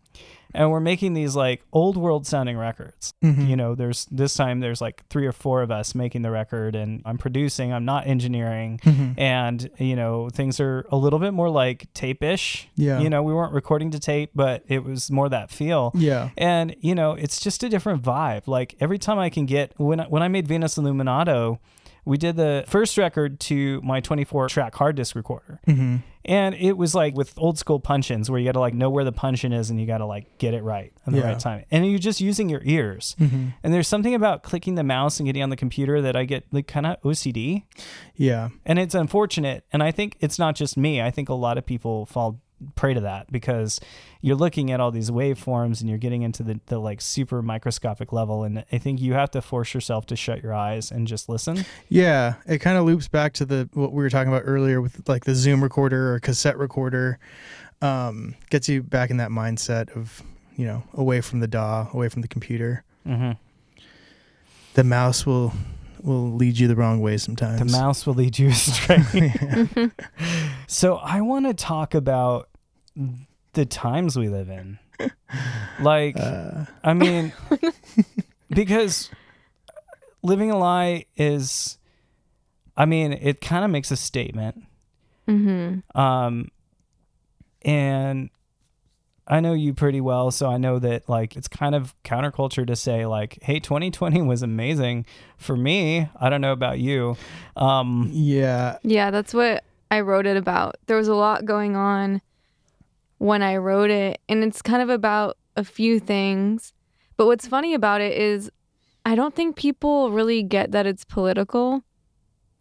[SPEAKER 1] and we're making these like old world sounding records
[SPEAKER 3] Mm-hmm.
[SPEAKER 1] you know there's this time there's like three or four of us making the record and i'm producing i'm not engineering
[SPEAKER 3] Mm-hmm.
[SPEAKER 1] and you know things are a little bit more like tape-ish
[SPEAKER 3] Yeah.
[SPEAKER 1] you know we weren't recording to tape but it was more that feel
[SPEAKER 3] Yeah.
[SPEAKER 1] and you know, it's just a different vibe. Like every time I can get when I- when I made Venus Illuminato, we did the first record to my 24 track hard disk recorder.
[SPEAKER 3] Mm-hmm.
[SPEAKER 1] And it was like with old school punch ins where you got to like know where the punch in is and you got to like get it right at the
[SPEAKER 3] Yeah. Mm-hmm.
[SPEAKER 1] right time. And you're just using your ears. And there's something about clicking the mouse and getting on the computer that I get like kind of OCD.
[SPEAKER 3] yeah.
[SPEAKER 1] And it's unfortunate. And I think it's not just me. I think a lot of people fall prey to that because you're looking at all these waveforms and you're getting into the, the like super microscopic level. And I think you have to force yourself to shut your eyes and just listen.
[SPEAKER 3] Yeah, it kind of loops back to the what we were talking about earlier with like the Zoom recorder or cassette recorder. Um, gets you back in that mindset of you know away from the DAW, away from the computer.
[SPEAKER 1] Mm-hmm.
[SPEAKER 3] The mouse will will lead you the wrong way sometimes.
[SPEAKER 1] The mouse will lead you astray. <laughs> so I want to talk about the times we live in. Like, I mean, because living a lie is, I mean, it kind of makes a statement. Mm-hmm. Um, and I know you pretty well, so I know that like it's kind of counterculture to say like, "Hey, 2020 was amazing for me." I don't know about you. Um,
[SPEAKER 3] Yeah,
[SPEAKER 4] Yeah, that's what I wrote it about. There was a lot going on when I wrote it, and it's kind of about a few things. But what's funny about it is I don't think people really get that it's political.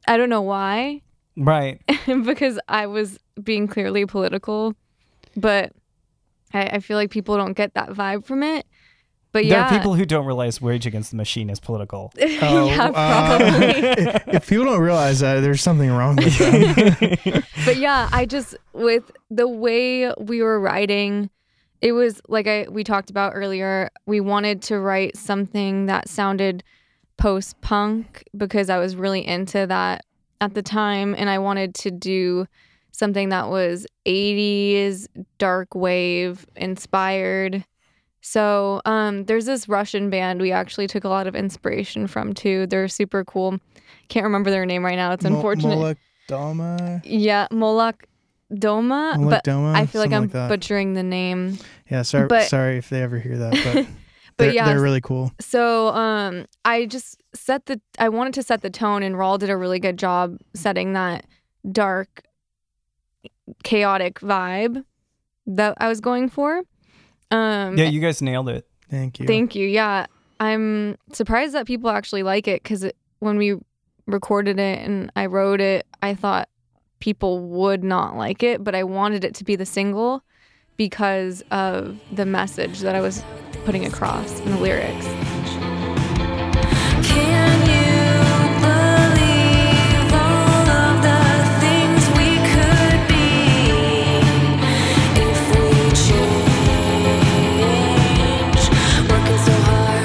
[SPEAKER 4] I don't know why, <laughs>
[SPEAKER 1] right?
[SPEAKER 4] because I was being clearly political, but I, I feel like people don't get that vibe from it. But
[SPEAKER 1] There
[SPEAKER 4] yeah,
[SPEAKER 1] are
[SPEAKER 4] <laughs>
[SPEAKER 1] people who don't realize Rage Against the Machine is political.
[SPEAKER 4] yeah,
[SPEAKER 3] Oh, uh,
[SPEAKER 4] probably.
[SPEAKER 3] if, if people don't realize that, there's something wrong
[SPEAKER 4] <laughs>
[SPEAKER 3] with them.
[SPEAKER 4] but yeah, I just with the way we were writing, it was like I we talked about earlier. We wanted to write something that sounded post punk because I was really into that at the time, and I wanted to do something that was 80s dark wave inspired. So um, there's this Russian band we actually took a lot of inspiration from too. They're super cool. Can't remember their name right now. It's unfortunate.
[SPEAKER 3] Mo- Molokdoma?
[SPEAKER 4] Yeah, Moloch Doma, but
[SPEAKER 3] Molokdoma?
[SPEAKER 4] I feel like
[SPEAKER 3] Something
[SPEAKER 4] I'm
[SPEAKER 3] like that.
[SPEAKER 4] butchering the name.
[SPEAKER 3] yeah, sorry,
[SPEAKER 4] but-
[SPEAKER 3] sorry if they ever hear that, but,
[SPEAKER 4] <laughs> But
[SPEAKER 3] they're,
[SPEAKER 4] yeah,
[SPEAKER 3] they're really cool.
[SPEAKER 4] So um, I just set the I wanted to set the tone, and Rawl did a really good job setting that dark, chaotic vibe that I was going for. Um,
[SPEAKER 1] yeah, you guys nailed it.
[SPEAKER 3] Thank you.
[SPEAKER 4] Thank you. Yeah. I'm surprised that people actually like it because when we recorded it and I wrote it, I thought people would not like it, but I wanted it to be the single because of the message that I was putting across in the lyrics.
[SPEAKER 2] Can you believe all of the things we could be if we change? Working so hard,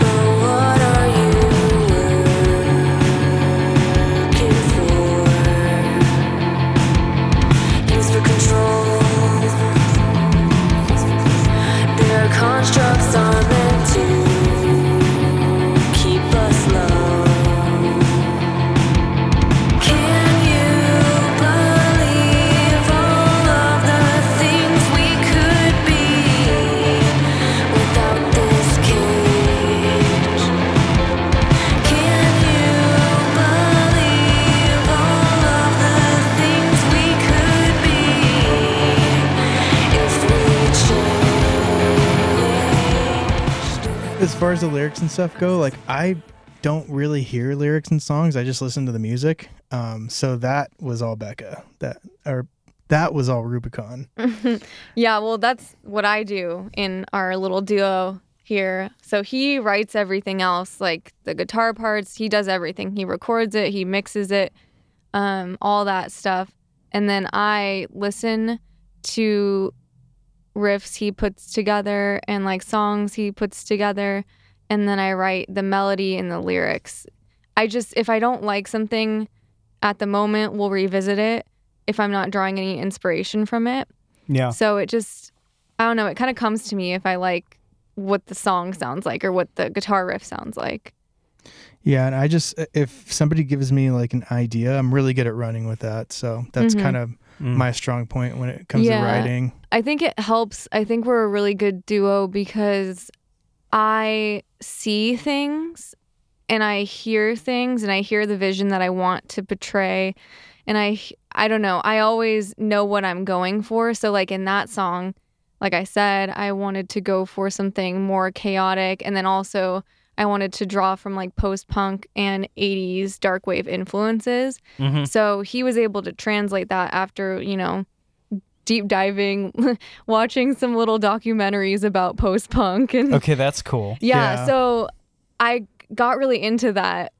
[SPEAKER 2] but what are you looking for? Use for control. Their constructs are meant to keep us low. Can you believe all of the things we could be without this cage? Can you believe all of the things we could be if we change?
[SPEAKER 3] As far as the lyrics and stuff go, like I don't really hear lyrics in songs. I just listen to the music. Um, so that was all Becca. That or that was all Rubicon.
[SPEAKER 4] <laughs> Yeah, well, that's what I do in our little duo here. So he writes everything else, like the guitar parts. He does everything. He records it, he mixes it, um, all that stuff. And then I listen to riffs he puts together and like songs he puts together. And then I write the melody and the lyrics. I just, if I don't like something at the moment, we'll revisit it if I'm not drawing any inspiration from it.
[SPEAKER 1] Yeah.
[SPEAKER 4] So it just, I don't know, it kind of comes to me if I like what the song sounds like or what the guitar riff sounds like.
[SPEAKER 3] Yeah, and I just if somebody gives me like an idea, I'm really good at running with that. So that's
[SPEAKER 4] Mhm.
[SPEAKER 3] kind of
[SPEAKER 1] Mm.
[SPEAKER 3] my strong point when it comes
[SPEAKER 4] Yeah.
[SPEAKER 3] to writing.
[SPEAKER 4] I think it helps. I think we're a really good duo because I see things and I hear things and I hear the vision that I want to portray and I I don't know, I always know what I'm going for. So like in that song, like I said, I wanted to go for something more chaotic and then also I wanted to draw from like post-punk and 80s dark wave influences.
[SPEAKER 1] Mhm.
[SPEAKER 4] <laughs>
[SPEAKER 3] Mm-hmm.
[SPEAKER 4] So he was able to translate that after, you know, deep diving, <laughs> watching some little documentaries about post punk. And
[SPEAKER 1] Okay, that's cool.
[SPEAKER 4] <laughs> yeah,
[SPEAKER 3] Yeah.
[SPEAKER 4] so I got really into that.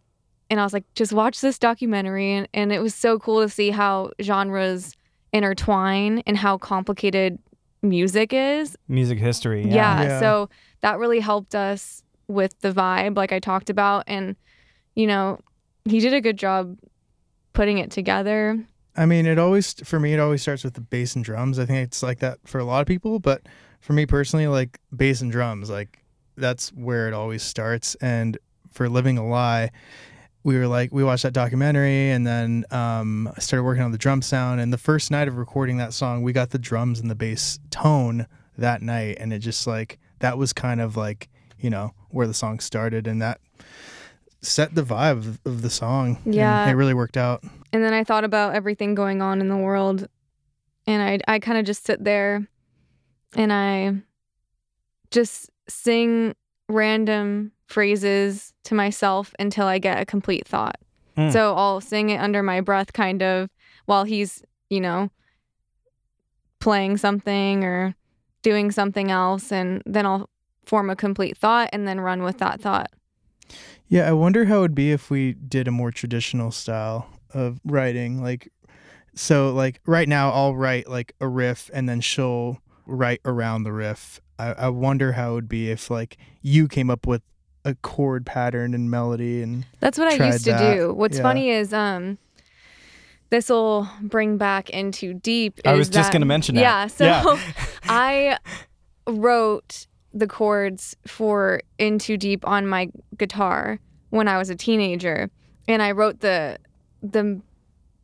[SPEAKER 4] And I was like, just watch this documentary. And, and it was so cool to see how genres intertwine and how complicated music is.
[SPEAKER 1] Music history. Yeah.
[SPEAKER 4] Yeah.
[SPEAKER 3] Yeah.
[SPEAKER 4] So that really helped us with the vibe, like I talked about. And, you know, he did a good job putting it together.
[SPEAKER 3] I mean, it always for me it always starts with the bass and drums. I think it's like that for a lot of people, but for me personally, like bass and drums, like that's where it always starts. And for Living a Lie, we were like we watched that documentary, and then um, I started working on the drum sound. And the first night of recording that song, we got the drums and the bass tone that night, and it just like that was kind of like you know where the song started, and that set the vibe of, of the song. and
[SPEAKER 4] Yeah.
[SPEAKER 3] it really worked out.
[SPEAKER 4] and then I thought about everything going on in the world, and I I kind of just sit there, and I just sing random phrases to myself until I get a complete thought.
[SPEAKER 1] Mm.
[SPEAKER 4] So I'll sing it under my breath, kind of while he's you know playing something or doing something else, and then I'll form a complete thought and then run with that thought.
[SPEAKER 3] Yeah, I wonder how it would be if we did a more traditional style of writing. Like, so, like, right now, I'll write like a riff and then she'll write around the riff. I, I wonder how it would be if, like, you came up with a chord pattern and melody and
[SPEAKER 4] That's what I
[SPEAKER 3] tried
[SPEAKER 4] used to
[SPEAKER 3] that.
[SPEAKER 4] do. What's
[SPEAKER 3] Yeah.
[SPEAKER 4] funny is um this will bring back into deep.
[SPEAKER 1] I
[SPEAKER 4] is
[SPEAKER 1] was just
[SPEAKER 4] that-
[SPEAKER 1] gonna mention that.
[SPEAKER 4] Yeah. So
[SPEAKER 1] Yeah.
[SPEAKER 4] <laughs>
[SPEAKER 1] <laughs>
[SPEAKER 4] I wrote the chords for Into Deep on my guitar when I was a teenager, and I wrote the the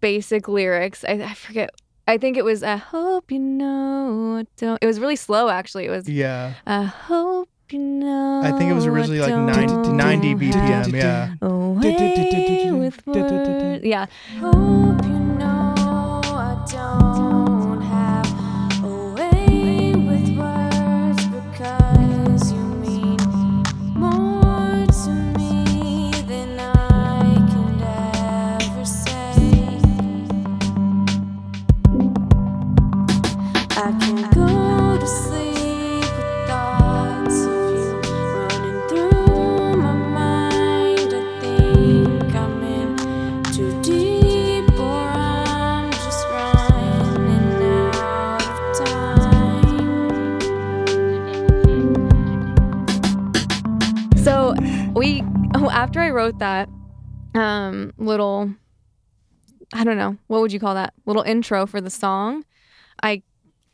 [SPEAKER 4] basic lyrics. I, I forget. I think it was I hope you know. I don't. It was really slow actually. It was
[SPEAKER 3] yeah.
[SPEAKER 4] I hope you know.
[SPEAKER 3] I think it was originally like 90,
[SPEAKER 4] Oh, don't <laughs>
[SPEAKER 3] 90
[SPEAKER 4] have
[SPEAKER 3] BPM. Yeah.
[SPEAKER 4] away with words. Yeah.
[SPEAKER 2] Hope you know I don't have a way with words because you mean more to me I can't go to sleep with thoughts of you running through my mind. I think I'm in too deep, or I'm just running out of time.
[SPEAKER 4] So we oh, after I wrote that um little I don't know, what would you call that? Little intro for the song. I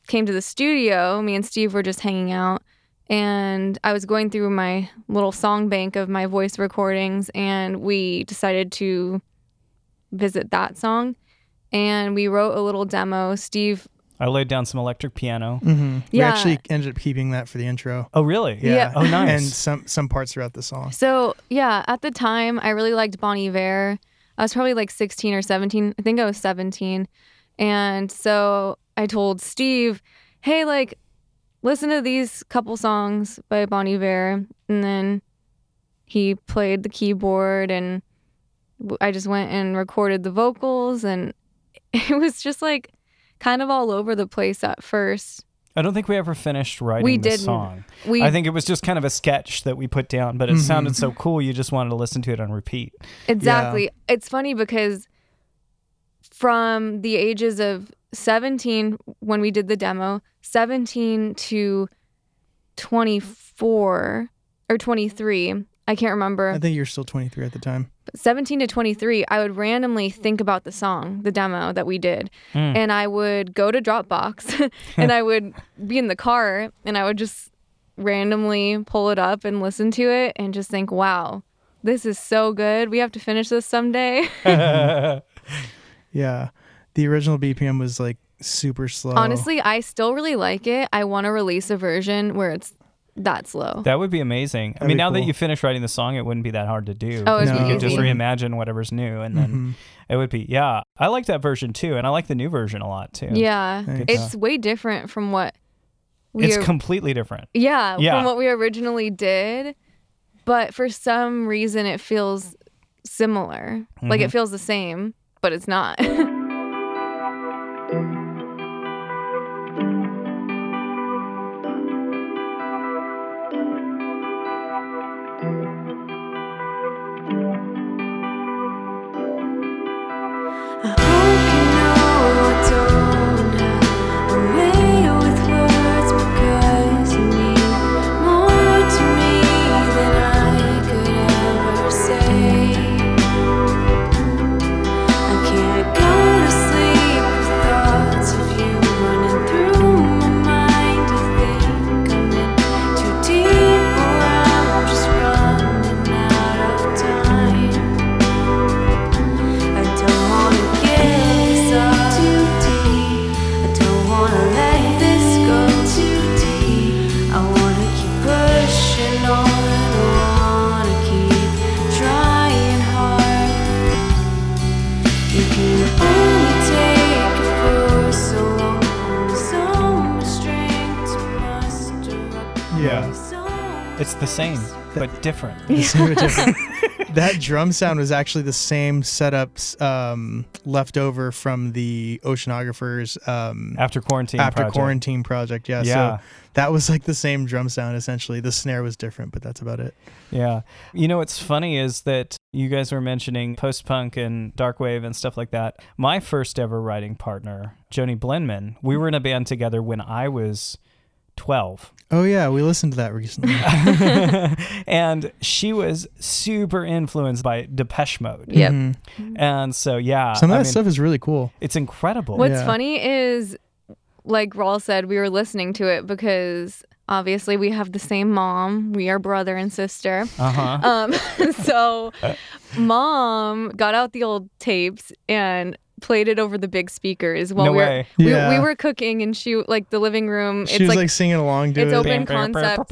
[SPEAKER 4] came to the studio, me and Steve were just hanging out and I was going through my little song bank of my voice recordings and we decided to visit that song and we wrote a little demo. Steve
[SPEAKER 1] I laid down some electric piano.
[SPEAKER 3] Mm-hmm. We
[SPEAKER 4] Yeah.
[SPEAKER 3] actually ended up keeping that for the intro.
[SPEAKER 1] Oh, really?
[SPEAKER 4] Yeah.
[SPEAKER 1] Oh, nice.
[SPEAKER 3] And some some parts throughout the song.
[SPEAKER 4] So yeah, at the time I really liked Bon Iver. I was probably like 16 or 17. I think I was 17. And so I told Steve, hey, like, listen to these couple songs by Bon Iver. And then he played the keyboard and w- I just went and recorded the vocals. And <laughs> it was just like kind of all over the place at first.
[SPEAKER 1] I don't think we ever finished writing
[SPEAKER 4] We
[SPEAKER 1] the
[SPEAKER 4] didn't.
[SPEAKER 1] song.
[SPEAKER 4] We
[SPEAKER 1] I think it was just kind of a sketch that we put down, but it
[SPEAKER 3] Mhm.
[SPEAKER 1] sounded so cool you just wanted to listen to it on repeat.
[SPEAKER 4] Exactly. It's funny because from the ages of 17 when we did the demo, 17 to 24 or 23, I can't remember.
[SPEAKER 3] I think you were still 23 at the time.
[SPEAKER 4] but 17 to 23, I would randomly think about the song, the demo that we did,
[SPEAKER 3] Hmm.
[SPEAKER 1] Mm.
[SPEAKER 4] and I would go
[SPEAKER 3] <laughs>
[SPEAKER 4] to Dropbox <laughs> and I would be in the car and I would just randomly pull it up and listen to it and just think, "Wow, this is so good. We have to finish this someday." <laughs>
[SPEAKER 3] Yeah. The original BPM was like super slow.
[SPEAKER 4] Honestly, I still really like it. I want to release a version where it's that slow.
[SPEAKER 1] That would be amazing. I
[SPEAKER 3] That'd
[SPEAKER 1] mean,
[SPEAKER 3] be
[SPEAKER 1] now that
[SPEAKER 3] cool.
[SPEAKER 1] you finish writing the song, it wouldn't be that hard to do.
[SPEAKER 4] Oh, it'd
[SPEAKER 1] you
[SPEAKER 3] be
[SPEAKER 1] could just
[SPEAKER 3] easy.
[SPEAKER 1] reimagine whatever's new, and then
[SPEAKER 3] Mm-hmm.
[SPEAKER 1] it would be. Yeah, I like that version too, and I like the new version a lot too.
[SPEAKER 4] yeah,
[SPEAKER 3] Thanks.
[SPEAKER 4] it's way different from what we
[SPEAKER 1] it's
[SPEAKER 4] are-
[SPEAKER 1] completely different.
[SPEAKER 4] yeah,
[SPEAKER 1] Yeah.
[SPEAKER 4] from what we originally did, but for some reason it feels similar. Like it feels the same, but it's not. <laughs>
[SPEAKER 2] I hope you know I don't have away with words because you mean more to me than I could ever say. I can't go to sleep with thoughts of you running through my mind. I think I'm in too deep, or I'm just running out of time. I don't wanna get sucked too deep. I don't wanna let this go too deep. I wanna keep pushing on. I wanna keep trying hard. You can only take it for so long. So much strength to muster up.
[SPEAKER 3] Yeah.
[SPEAKER 2] So
[SPEAKER 1] It's the same but different.
[SPEAKER 3] <laughs> It's
[SPEAKER 1] <laughs>
[SPEAKER 3] super different. that drum sound was actually the same setups um, left over from the oceanographers um,
[SPEAKER 1] After quarantine.
[SPEAKER 3] after
[SPEAKER 1] project.
[SPEAKER 3] quarantine project. Yeah,
[SPEAKER 1] Yeah.
[SPEAKER 3] So that was like the same drum sound essentially. The snare was different, but that's about it.
[SPEAKER 1] Yeah. You know what's funny is that you guys were mentioning post punk and dark wave and stuff like that. My first ever writing partner, Joni Blenman, we were in a band together when I was 12.
[SPEAKER 3] Oh yeah, we listened to
[SPEAKER 1] <laughs>
[SPEAKER 3] that recently.
[SPEAKER 1] and she was super influenced by Depeche Mode.
[SPEAKER 4] yep.
[SPEAKER 3] Mhm.
[SPEAKER 1] And so, yeah.
[SPEAKER 3] Some of
[SPEAKER 1] I
[SPEAKER 3] that
[SPEAKER 1] mean,
[SPEAKER 3] stuff is really cool.
[SPEAKER 1] It's incredible.
[SPEAKER 4] What's
[SPEAKER 3] Yeah.
[SPEAKER 4] funny is, like Rawl said, we were listening to it because obviously we have the same mom. We are brother and sister.
[SPEAKER 1] Uh huh.
[SPEAKER 4] Um, <laughs> so
[SPEAKER 1] Uh.
[SPEAKER 4] mom got out the old tapes and played it over the big speakers while
[SPEAKER 1] No
[SPEAKER 4] we were
[SPEAKER 1] way.
[SPEAKER 4] We,
[SPEAKER 3] Yeah.
[SPEAKER 4] we were cooking and she like the living room.
[SPEAKER 3] She
[SPEAKER 4] it's
[SPEAKER 3] was like,
[SPEAKER 4] like,
[SPEAKER 3] singing along to
[SPEAKER 4] it's
[SPEAKER 3] it.
[SPEAKER 4] open- concept.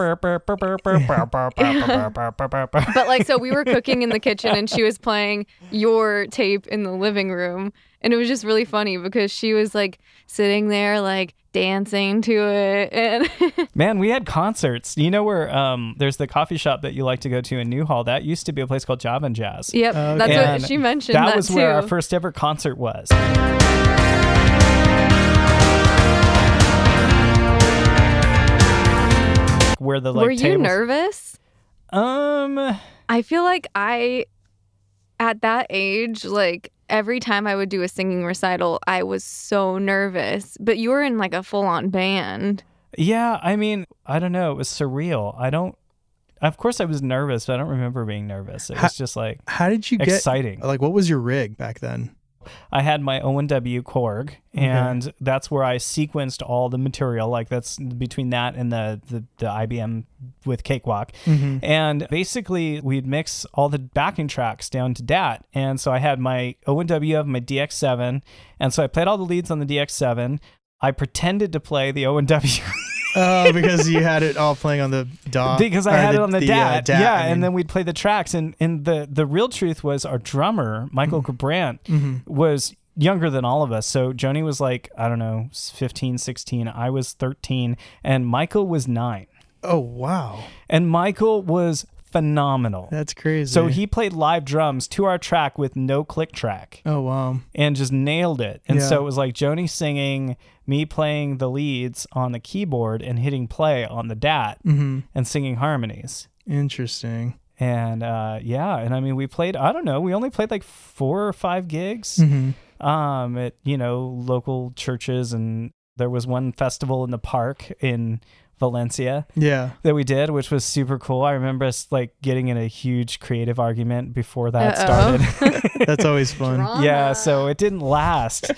[SPEAKER 4] but like
[SPEAKER 3] <laughs>
[SPEAKER 4] so we were cooking in the kitchen and she was playing your tape in the living room and it was just really funny because she was like sitting there like dancing to it and <laughs>
[SPEAKER 1] Man, we had concerts. You know where um, there's the coffee shop that you like to go to in Newhall. That used to be a place called Job and Jazz.
[SPEAKER 4] yep,
[SPEAKER 3] Okay.
[SPEAKER 4] that's
[SPEAKER 1] And
[SPEAKER 4] what she mentioned.
[SPEAKER 1] That,
[SPEAKER 4] That,
[SPEAKER 1] was
[SPEAKER 4] too.
[SPEAKER 1] where our first ever concert was. where the like
[SPEAKER 4] Were you
[SPEAKER 1] tables-
[SPEAKER 4] nervous?
[SPEAKER 1] Um,
[SPEAKER 4] I feel like I, at that age, like every time I would do a singing recital, I was so nervous. But you were in like a full on band.
[SPEAKER 1] yeah, I mean, I don't know. It was surreal. I don't. Of course, I was nervous, but I don't remember being nervous. It
[SPEAKER 3] Ha-
[SPEAKER 1] was just like
[SPEAKER 3] How did you get
[SPEAKER 1] exciting.
[SPEAKER 3] like what was your rig back then?
[SPEAKER 1] I had my O and W Korg, and that's where I sequenced all the material. Like that's between that and the the, the IBM with Cakewalk, and basically we'd mix all the backing tracks down to DAT. And so I had my O and W of my DX7, and so I played all the leads on the DX7. I pretended to play the O and W
[SPEAKER 3] Oh, because you had it all
[SPEAKER 1] <laughs>
[SPEAKER 3] playing on the dot.
[SPEAKER 1] because I
[SPEAKER 3] or
[SPEAKER 1] had it on the,
[SPEAKER 3] uh,
[SPEAKER 1] DAT.
[SPEAKER 3] DAT,
[SPEAKER 1] Yeah,
[SPEAKER 3] I mean.
[SPEAKER 1] and then we'd play the tracks. And and the the real truth was our drummer Michael
[SPEAKER 3] Mm-hmm.
[SPEAKER 1] Gabrandt was younger than all of us. So Joni was like I don't know 15, 16. I was 13, and Michael was nine.
[SPEAKER 3] oh wow,
[SPEAKER 1] And Michael was phenomenal.
[SPEAKER 3] that's crazy.
[SPEAKER 1] so he played live drums to our track with no click track
[SPEAKER 3] oh wow,
[SPEAKER 1] and just nailed it. And
[SPEAKER 3] Yeah.
[SPEAKER 1] so it was like Joni singing, me playing the leads on the keyboard and hitting play on the DAT and singing harmonies.
[SPEAKER 3] Mm-hmm. interesting.
[SPEAKER 1] And uh, yeah, and I mean, we played. I don't know. We only played like four or five gigs, um, at you know local churches, and there was one festival in the park in Valencia
[SPEAKER 3] Yeah,
[SPEAKER 1] that we did, which was super cool. I remember us like getting in a huge creative argument before that
[SPEAKER 4] Uh-oh. <laughs>
[SPEAKER 1] started. <laughs>
[SPEAKER 3] that's always fun.
[SPEAKER 1] yeah, so it didn't last.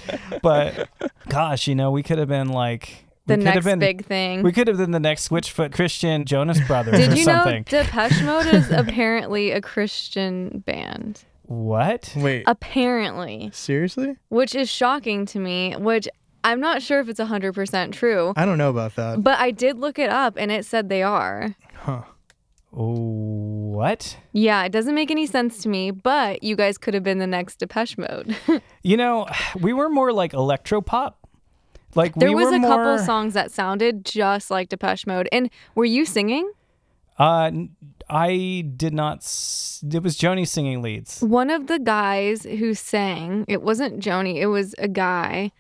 [SPEAKER 1] but gosh, you know, we could have been like
[SPEAKER 4] The
[SPEAKER 1] we could
[SPEAKER 4] next
[SPEAKER 1] have been,
[SPEAKER 4] big thing.
[SPEAKER 1] We could have been the next Switchfoot Christian Jonas Brothers or
[SPEAKER 4] Did you
[SPEAKER 1] something.
[SPEAKER 4] know Depeche Mode is apparently a Christian band?
[SPEAKER 1] What?
[SPEAKER 3] Wait,
[SPEAKER 4] Apparently,
[SPEAKER 3] seriously?
[SPEAKER 4] which is shocking to me, which I'm not sure if it's 100% true,
[SPEAKER 3] I don't know about that.
[SPEAKER 4] but I did look it up and it said they are.
[SPEAKER 3] Huh.
[SPEAKER 1] What?
[SPEAKER 4] Yeah, it doesn't make any sense to me, but you guys could have been the next Depeche Mode. <laughs>
[SPEAKER 1] You know, <sighs> we were more like electro pop. Like
[SPEAKER 4] there
[SPEAKER 1] we
[SPEAKER 4] was
[SPEAKER 1] were
[SPEAKER 4] a couple
[SPEAKER 1] more,
[SPEAKER 4] songs that sounded just like Depeche Mode. And were you singing?
[SPEAKER 1] Uh, n- I did not. S- it was Joni singing leads.
[SPEAKER 4] One of the guys who sang, it wasn't Joni, it was a guy.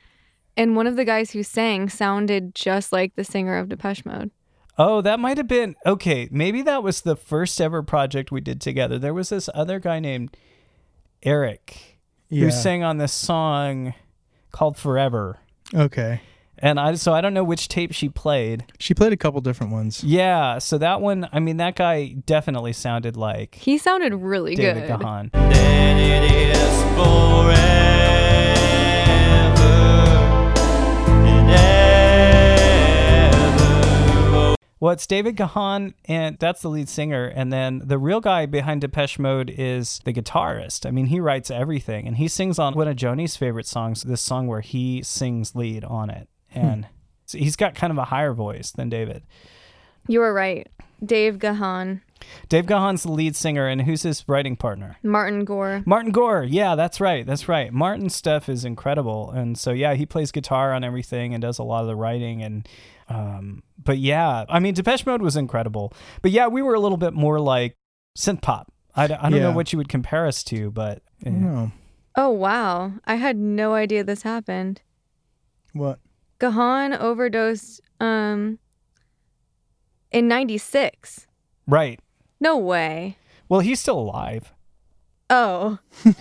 [SPEAKER 4] And one of the guys who sang sounded just like the singer of Depeche Mode.
[SPEAKER 1] Oh, that might have been okay. Maybe that was the first ever project we did together. There was this other guy named Eric
[SPEAKER 3] Yeah.
[SPEAKER 1] who sang on this song called "Forever,"
[SPEAKER 3] Okay.
[SPEAKER 1] and I so I don't know which tape she played.
[SPEAKER 3] She played a couple different ones.
[SPEAKER 1] Yeah, so that one. I mean, that guy definitely sounded like
[SPEAKER 4] He sounded really
[SPEAKER 1] David
[SPEAKER 4] good.
[SPEAKER 1] Gahan.
[SPEAKER 5] Then it is forever and ever.
[SPEAKER 1] Well, it's David Gahan, and that's the lead singer. And then the real guy behind Depeche Mode is the guitarist. I mean, he writes everything, and he sings on one of Joni's favorite songs, this song where he sings lead on it. And so he's got kind of a higher voice than David.
[SPEAKER 4] You were right. Dave Gahan,
[SPEAKER 1] Dave Gahan's the lead singer, and who's his writing partner?
[SPEAKER 4] Martin Gore.
[SPEAKER 1] Martin Gore. Yeah, that's right. That's right. Martin's stuff is incredible. And so, yeah, he plays guitar on everything and does a lot of the writing. And, um, but yeah, I mean, Depeche Mode was incredible. But yeah, we were a little bit more like synth pop. I, d- I don't know
[SPEAKER 3] Yeah. Mm-hmm.
[SPEAKER 1] what you would compare us to, but eh.
[SPEAKER 3] No.
[SPEAKER 4] Oh, wow. I had no idea this happened.
[SPEAKER 3] What?
[SPEAKER 4] Gahan overdosed um in 96.
[SPEAKER 1] right.
[SPEAKER 4] No way.
[SPEAKER 1] Well, he's still alive.
[SPEAKER 4] Oh. <laughs>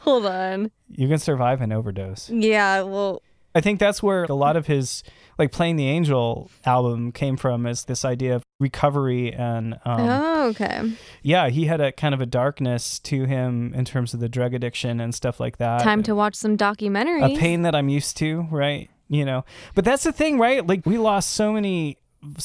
[SPEAKER 4] Hold on.
[SPEAKER 1] You can survive an overdose.
[SPEAKER 4] Yeah, well,
[SPEAKER 1] I think that's where a lot of his, like, playing the angel album came from, is this idea of recovery and um,
[SPEAKER 4] oh, okay.
[SPEAKER 1] yeah, he had a kind of a darkness to him in terms of the drug addiction and stuff like that.
[SPEAKER 4] Time to watch some documentaries.
[SPEAKER 1] a pain that I'm used to, right? You know, but that's the thing, right? Like we lost so many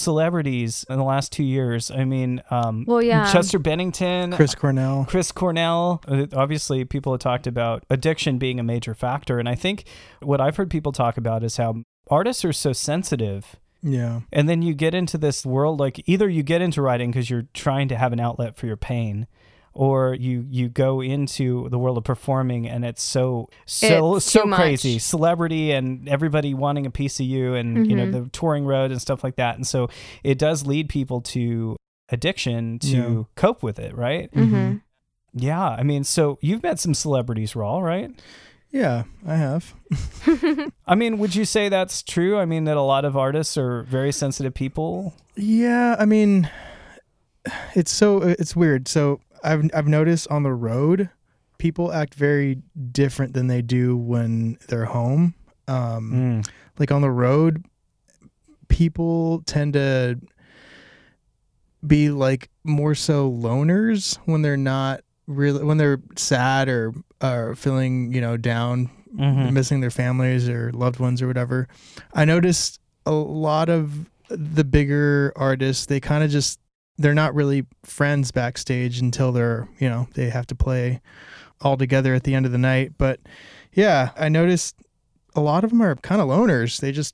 [SPEAKER 1] celebrities in the last two years. I mean, um,
[SPEAKER 4] Well, yeah.
[SPEAKER 1] Chester Bennington,
[SPEAKER 3] Chris Cornell.
[SPEAKER 1] Chris Cornell. Uh, Obviously, people have talked about addiction being a major factor, and I think what I've heard people talk about is how artists are so sensitive
[SPEAKER 3] Yeah.
[SPEAKER 1] and then you get into this world like either you get into writing because you're trying to have an outlet for your pain or you you go into the world of performing and it's so so
[SPEAKER 4] It's
[SPEAKER 1] so
[SPEAKER 4] too much.
[SPEAKER 1] crazy celebrity and everybody wanting a piece of you and you know
[SPEAKER 4] Mm-hmm.
[SPEAKER 1] the touring road and stuff like that and so it does lead people to addiction to
[SPEAKER 3] Yeah.
[SPEAKER 1] cope with it right
[SPEAKER 4] Mm-hmm.
[SPEAKER 1] yeah i mean so you've met some celebrities raw right
[SPEAKER 3] Yeah, I have.
[SPEAKER 1] I mean, would you say that's true? I mean, that a lot of artists are very sensitive people.
[SPEAKER 3] Yeah, I mean, it's so it's weird. So I've I've noticed on the road, people act very different than they do when they're home. Um, like on the road people tend to be like more so loners when they're not really when they're sad or are feeling you know down
[SPEAKER 1] Mhm.
[SPEAKER 3] missing their families or loved ones or whatever i noticed a lot of the bigger artists they kind of just they're not really friends backstage until they're you know they have to play all together at the end of the night but yeah i noticed a lot of them are kind of loners they just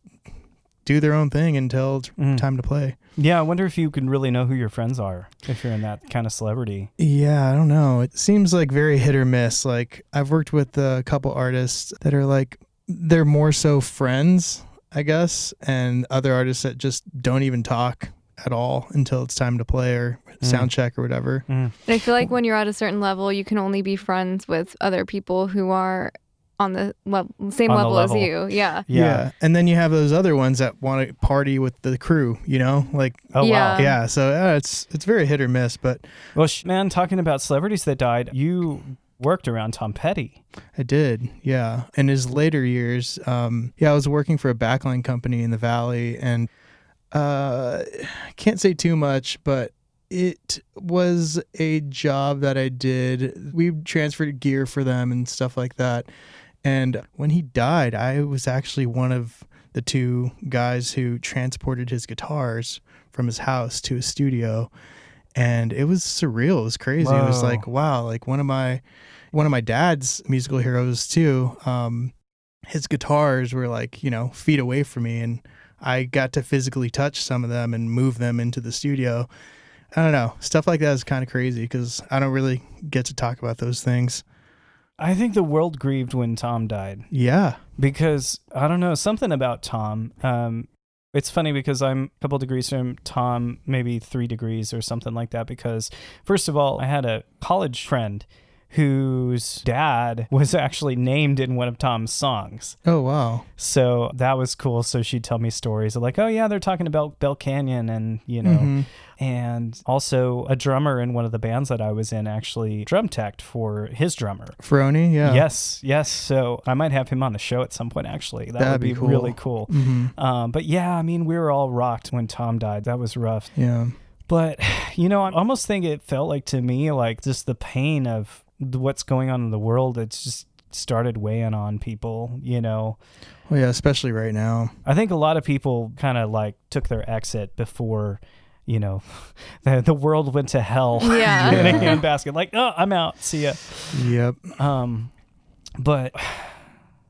[SPEAKER 3] do their own thing until it's
[SPEAKER 1] Mm.
[SPEAKER 3] time to play
[SPEAKER 1] Yeah, I wonder if you can really know who your friends are if you're in that kind of celebrity.
[SPEAKER 3] Yeah, I don't know. It seems like very hit or miss. Like I've worked with a couple artists that are like they're more so friends, I guess, and other artists that just don't even talk at all until it's time to play or sound check or whatever.
[SPEAKER 4] And I feel like when you're at a certain level, you can only be friends with other people who are on the le- same
[SPEAKER 1] On the
[SPEAKER 4] level, as you.
[SPEAKER 1] level. <laughs>
[SPEAKER 4] Yeah.
[SPEAKER 3] And then you have those other ones that want to party with the crew, you know? Like
[SPEAKER 1] Oh wow.
[SPEAKER 4] Yeah. Um,
[SPEAKER 3] yeah, so uh, it's it's very hit or miss, but
[SPEAKER 1] Well, sh- man, talking about celebrities that died, you worked around Tom Petty.
[SPEAKER 3] I did, yeah. In his later years, um, yeah, I was working for a backline company in the valley, and uh, I can't say too much, but it was a job that I did. We transferred gear for them and stuff like that. And when he died, I was actually one of the two guys who transported his guitars from his house to his studio. And it was surreal. It was crazy. It was
[SPEAKER 1] Whoa.
[SPEAKER 3] like, wow, like one of my one of my dad's musical heroes too. Um, his guitars were like you know feet away from me, and I got to physically touch some of them and move them into the studio. I don't know. Stuff like that is kind of crazy because I don't really get to talk about those things.
[SPEAKER 1] I think the world grieved when Tom died
[SPEAKER 3] Yeah.
[SPEAKER 1] because I don't know something about Tom. Um, it's funny because I'm a couple degrees from Tom, maybe three degrees or something like that. Because first of all, I had a college friend whose dad was actually named in one of Tom's songs.
[SPEAKER 3] Oh wow.
[SPEAKER 1] So that was cool. So she'd tell me stories of like, oh yeah, they're talking about Bell Canyon and you know,
[SPEAKER 3] Mhm.
[SPEAKER 1] and also a drummer in one of the bands that I was in actually drum teched for his drummer.
[SPEAKER 3] Frony. Yeah.
[SPEAKER 1] Yes, yes. So I might have him on the show at some point. Actually, that
[SPEAKER 3] That'd
[SPEAKER 1] would
[SPEAKER 3] be
[SPEAKER 1] be,
[SPEAKER 3] cool.
[SPEAKER 1] really cool.
[SPEAKER 3] Mhm.
[SPEAKER 1] Um, but yeah, I mean, we were all rocked when Tom died. That was rough.
[SPEAKER 3] Yeah.
[SPEAKER 1] But <sighs> you know, I almost think it felt like to me like just the pain of th- what's going on in the world. It's just started weighing on people. You know,
[SPEAKER 3] Well, yeah. Especially right now.
[SPEAKER 1] I think a lot of people kind of like took their exit before, you know, <laughs> the, the world went to hell
[SPEAKER 4] Yeah.
[SPEAKER 1] <laughs> in a
[SPEAKER 3] Yeah.
[SPEAKER 1] handbasket. Like, oh, I'm out. See ya.
[SPEAKER 3] Yep.
[SPEAKER 1] Um, but <sighs>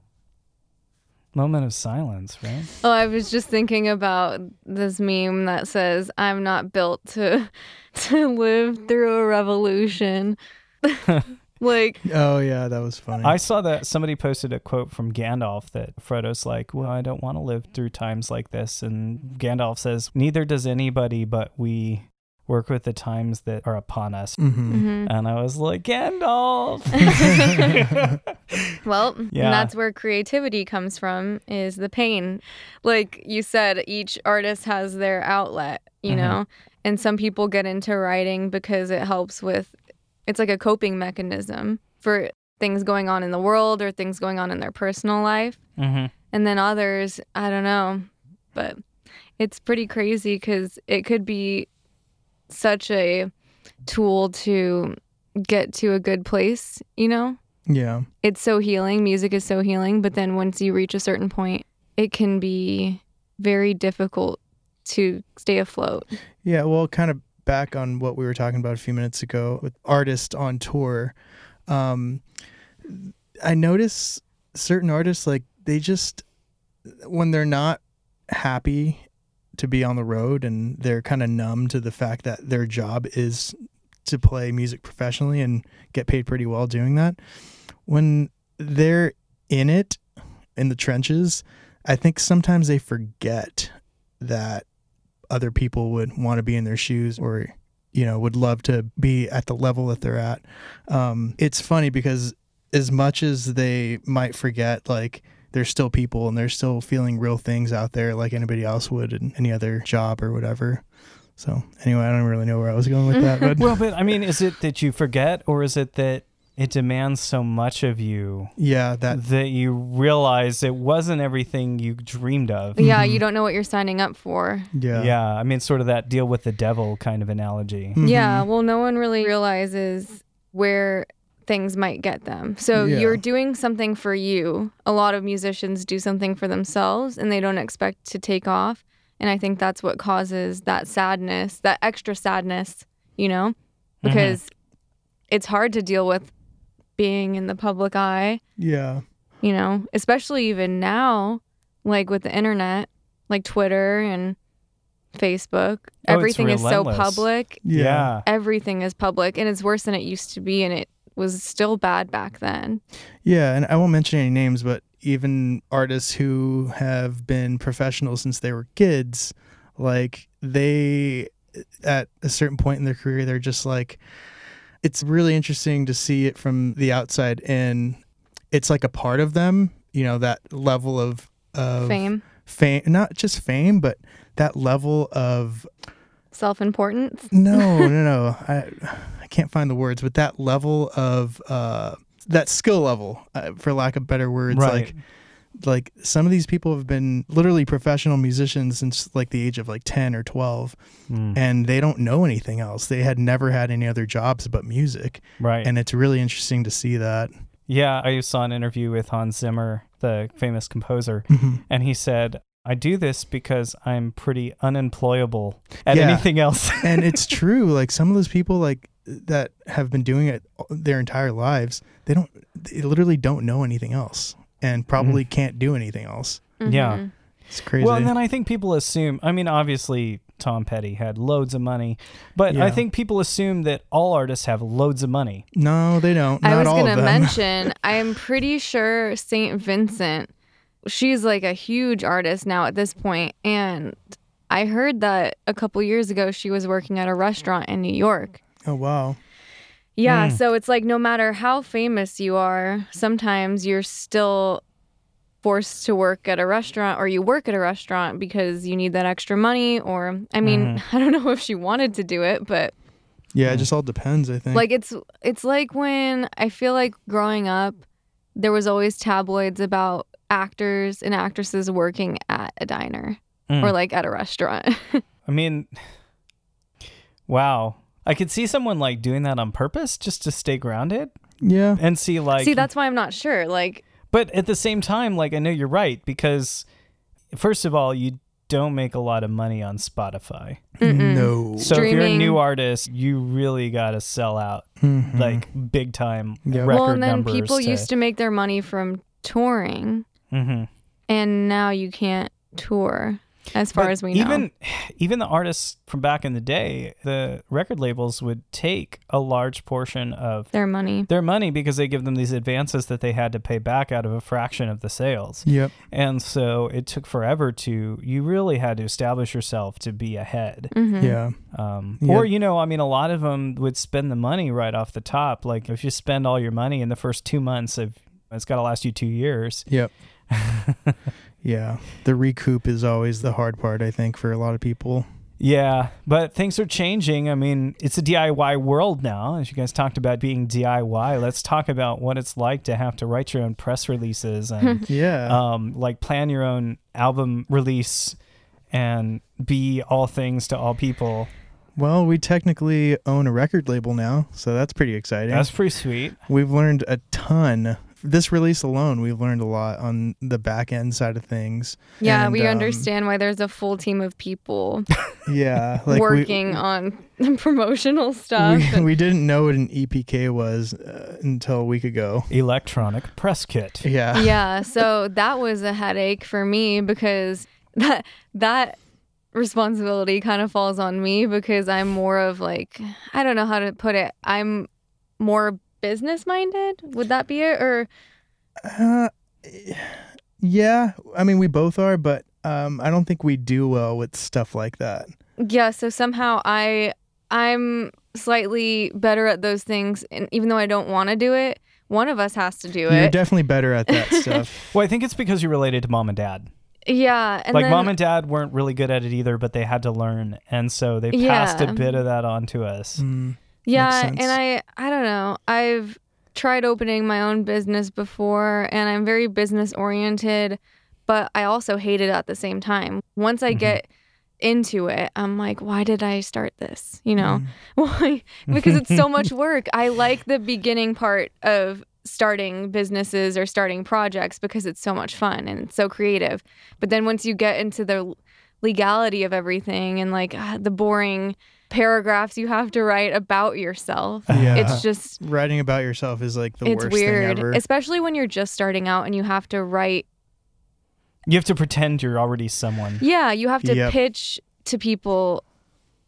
[SPEAKER 1] moment of silence, right?
[SPEAKER 4] Oh, I was just thinking about this meme that says, "I'm not built to <laughs> to live through
[SPEAKER 1] <laughs>
[SPEAKER 4] a revolution." <laughs> like,
[SPEAKER 3] Oh yeah. That was funny.
[SPEAKER 1] I saw that somebody posted a quote from Gandalf that Frodo's like, "Well, I don't want to live through times like this," and Gandalf says, "Neither does anybody, but we work with the times that are upon us."
[SPEAKER 3] Mhm.
[SPEAKER 4] Mm-hmm.
[SPEAKER 1] And I was like, Gandalf. <laughs>
[SPEAKER 4] well, and
[SPEAKER 1] Yeah.
[SPEAKER 4] that's where creativity comes from is the pain. Like you said, each artist has their outlet, you
[SPEAKER 1] Mhm.
[SPEAKER 4] know, and some people get into writing because it helps with it's like a coping mechanism for things going on in the world or things going on in their personal life.
[SPEAKER 1] mm-hmm.
[SPEAKER 4] and then others i don't know but it's pretty crazy because it could be such a tool to get to a good place you know
[SPEAKER 3] Yeah.
[SPEAKER 4] it's so healing music is so healing but then once you reach a certain point it can be very difficult to stay afloat
[SPEAKER 3] Yeah, well, kind of back on what we were talking about a few minutes ago with artists on tour. Um, I notice certain artists like they just when they're not happy to be on the road and they're kind of numb to the fact that their job is to play music professionally and get paid pretty well doing that. When they're in it in the trenches, I think sometimes they forget that other people would want to be in their shoes or you know would love to be at the level that they're at um, it's funny because as much as they might forget, like they're still people and they're still feeling real things out there, like anybody else would in any other job or whatever. So anyway, I don't really know where I was going with that, but
[SPEAKER 1] Well, but I mean, is it that you forget, or is it that it demands so much of you
[SPEAKER 3] yeah, that
[SPEAKER 1] that you realize it wasn't everything you dreamed of?
[SPEAKER 4] Yeah, you don't know what you're signing up for.
[SPEAKER 3] yeah, Mm,
[SPEAKER 1] Yeah, I mean, sort of that deal with the devil kind of analogy.
[SPEAKER 3] Mm-hmm.
[SPEAKER 4] Yeah,
[SPEAKER 1] Mm-hmm.
[SPEAKER 4] well, no one really realizes where things might get them. So
[SPEAKER 3] Yeah.
[SPEAKER 4] you're doing something for you. A lot of musicians do something for themselves and they don't expect to take off. And I think that's what causes that sadness, that extra sadness, you know,
[SPEAKER 1] Mm-hmm.
[SPEAKER 4] because it's hard to deal with being in the public eye,
[SPEAKER 3] yeah,
[SPEAKER 4] you know, especially even now, like with the internet, like Twitter and Facebook.
[SPEAKER 1] Oh, it's
[SPEAKER 4] Everything is so
[SPEAKER 1] relentless.
[SPEAKER 4] public
[SPEAKER 3] yeah,
[SPEAKER 1] yeah.
[SPEAKER 4] everything is public and it's worse than it used to be and it was still bad back then.
[SPEAKER 3] Yeah, and I won't mention any names, but even artists who have been professionals since they were kids, like they at a certain point in their career, they're just like it's really interesting to see it from the outside in. It's like a part of them, you know, that level of of
[SPEAKER 4] Fame,
[SPEAKER 3] fame, not just fame, but that level of
[SPEAKER 4] self-importance.
[SPEAKER 3] no, no, no. I I can't find the words, but that level of uh, that skill level, uh, for lack of better words,
[SPEAKER 1] Right.
[SPEAKER 3] like like some of these people have been literally professional musicians since like the age of like 10 or 12
[SPEAKER 1] Mm,
[SPEAKER 3] and they don't know anything else they had never had any other jobs but music
[SPEAKER 1] Right.
[SPEAKER 3] and it's really interesting to see that
[SPEAKER 1] Yeah, I saw an interview with Hans Zimmer, the famous composer,
[SPEAKER 3] Mm-hmm.
[SPEAKER 1] and he said, I do this because I'm pretty unemployable at
[SPEAKER 3] Yeah.
[SPEAKER 1] anything else. <laughs>
[SPEAKER 3] and it's true like some of those people like that have been doing it their entire lives they don't they literally don't know anything else and probably can't do anything else
[SPEAKER 4] Mm-hmm.
[SPEAKER 1] Yeah.
[SPEAKER 3] it's crazy
[SPEAKER 1] Well, and then I think people assume, I mean, obviously Tom Petty had loads of money, but I
[SPEAKER 3] Yeah.
[SPEAKER 1] think people assume that all artists have loads of money.
[SPEAKER 3] No, they don't. Not
[SPEAKER 4] I was
[SPEAKER 3] all
[SPEAKER 4] going
[SPEAKER 3] of
[SPEAKER 4] to
[SPEAKER 3] them.
[SPEAKER 4] mention, I'm pretty sure St. Vincent, she's like a huge artist now at this point and I heard that a couple years ago she was working at a restaurant in New York.
[SPEAKER 3] <laughs> oh wow.
[SPEAKER 4] Yeah,
[SPEAKER 1] Mm.
[SPEAKER 4] so it's like no matter how famous you are, sometimes you're still forced to work at a restaurant or you work at a restaurant because you need that extra money or I mean,
[SPEAKER 1] Mm-hmm.
[SPEAKER 4] <laughs> I don't know if she wanted to do it, but
[SPEAKER 3] Yeah, it just all depends.
[SPEAKER 1] Mm.
[SPEAKER 3] I think.
[SPEAKER 4] like it's it's like when I feel like growing up there was always tabloids about actors and actresses working at a diner
[SPEAKER 1] Mm.
[SPEAKER 4] or like at a restaurant. <laughs>
[SPEAKER 1] I mean, wow. I could see someone like doing that on purpose just to stay grounded
[SPEAKER 3] yeah,
[SPEAKER 1] and see like
[SPEAKER 4] See, that's why I'm not sure. Like
[SPEAKER 1] But at the same time, like I know you're right because first of all, you don't make a lot of money on Spotify.
[SPEAKER 3] no.
[SPEAKER 1] So if you're a
[SPEAKER 4] Streaming.
[SPEAKER 1] new artist, you really got to sell out
[SPEAKER 3] Mm-hmm.
[SPEAKER 1] like big time record
[SPEAKER 3] Yeah.
[SPEAKER 4] Mm-hmm. well, and then
[SPEAKER 1] numbers.
[SPEAKER 4] people used to make their money from touring.
[SPEAKER 1] Mhm.
[SPEAKER 4] and now you can't tour as far
[SPEAKER 1] But
[SPEAKER 4] as we know.
[SPEAKER 1] even even the artists from back in the day, the record labels would take a large portion of
[SPEAKER 4] their money.
[SPEAKER 1] their money because they give them these advances that they had to pay back out of a fraction of the sales.
[SPEAKER 4] Mm.
[SPEAKER 3] Yep.
[SPEAKER 1] And so it took forever to, you really had to establish yourself to be ahead.
[SPEAKER 4] Mm. Mm-hmm.
[SPEAKER 3] Yeah.
[SPEAKER 1] Um,
[SPEAKER 3] Yeah.
[SPEAKER 1] Or, you know, I mean, a lot of them would spend the money right off the top. Like if you spend all your money in the first two months of, it's got to last you two years.
[SPEAKER 3] Yep.
[SPEAKER 1] <laughs>
[SPEAKER 3] yeah. The recoup is always the hard part. I think for a lot of people.
[SPEAKER 1] Yeah, but things are changing. I mean, it's a DIY world now. As you guys talked about being DIY, let's talk about what it's like to have to write your own press releases and
[SPEAKER 4] <laughs>
[SPEAKER 3] Yeah.
[SPEAKER 1] um, like plan your own album release and be all things to all people.
[SPEAKER 3] well, we technically own a record label now, so that's pretty exciting.
[SPEAKER 1] That's pretty sweet.
[SPEAKER 3] we've learned a ton. This release alone, we've learned a lot on the back end side of things.
[SPEAKER 4] Yeah,
[SPEAKER 3] And,
[SPEAKER 4] we
[SPEAKER 3] um,
[SPEAKER 4] understand why there's a full team of people
[SPEAKER 3] Yeah, <laughs> like we-
[SPEAKER 4] working on <laughs> promotional stuff. <laughs>
[SPEAKER 3] We, <laughs>
[SPEAKER 4] and-
[SPEAKER 3] we didn't know what an EPK was uh, until a week ago.
[SPEAKER 1] Electronic press kit.
[SPEAKER 3] Yeah.
[SPEAKER 4] yeah, so that was a headache for me because <laughs> that that responsibility kind of falls on me because I'm more of like I don't know how to put it. I'm more business minded. Would that be it or
[SPEAKER 3] Uh, yeah, I mean we both are, but um, I don't think we do well with stuff like that.
[SPEAKER 4] yeah so somehow i i'm slightly better at those things and even though i don't want to do it One of us has to do
[SPEAKER 3] You're
[SPEAKER 4] it.
[SPEAKER 3] definitely better at
[SPEAKER 4] <laughs>
[SPEAKER 3] that stuff.
[SPEAKER 1] Well, I think it's because you're related to mom and dad.
[SPEAKER 4] yeah, and
[SPEAKER 1] like
[SPEAKER 4] then,
[SPEAKER 1] mom and dad weren't really good at it either, but they had to learn, and so they passed
[SPEAKER 4] Yeah.
[SPEAKER 1] a bit of that on to us.
[SPEAKER 3] Mm.
[SPEAKER 4] yeah,
[SPEAKER 3] sense.
[SPEAKER 4] and I I don't know. I've tried opening my own business before, and I'm very business oriented, but I also hate it at the same time. Once
[SPEAKER 1] Mm-hmm.
[SPEAKER 4] I get into it, I'm like, why did I start this? You know,
[SPEAKER 1] Mm.
[SPEAKER 4] <laughs> why? because it's so
[SPEAKER 3] <laughs>
[SPEAKER 4] much work. I like the beginning part of starting businesses or starting projects because it's so much fun and it's so creative. But then once you get into the l- legality of everything and like ah, the boring paragraphs you have to write about yourself,
[SPEAKER 3] Yeah.
[SPEAKER 4] it's just
[SPEAKER 3] Writing about yourself is like the
[SPEAKER 4] it's
[SPEAKER 3] worst
[SPEAKER 4] weird,
[SPEAKER 3] thing ever.
[SPEAKER 4] especially when you're just starting out and you have to write
[SPEAKER 1] You have to pretend you're already someone.
[SPEAKER 4] Yeah, you have to
[SPEAKER 3] Yep.
[SPEAKER 4] pitch to people.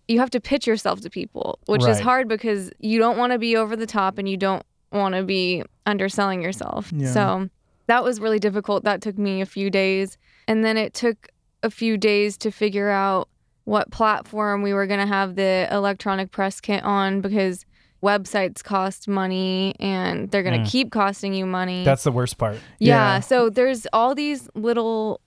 [SPEAKER 4] You have to pitch yourself to people, which is
[SPEAKER 1] Right.
[SPEAKER 4] hard because you don't want to be over the top and you don't want to be underselling yourself.
[SPEAKER 3] Yeah.
[SPEAKER 4] So that was really difficult. That took me a few days. And then it took a few days to figure out what platform we were going to have the electronic press kit on because websites cost money and they're going to
[SPEAKER 1] Mm.
[SPEAKER 4] keep costing you money.
[SPEAKER 1] That's the worst part.
[SPEAKER 4] Yeah.
[SPEAKER 3] Yeah.
[SPEAKER 4] So there's all these little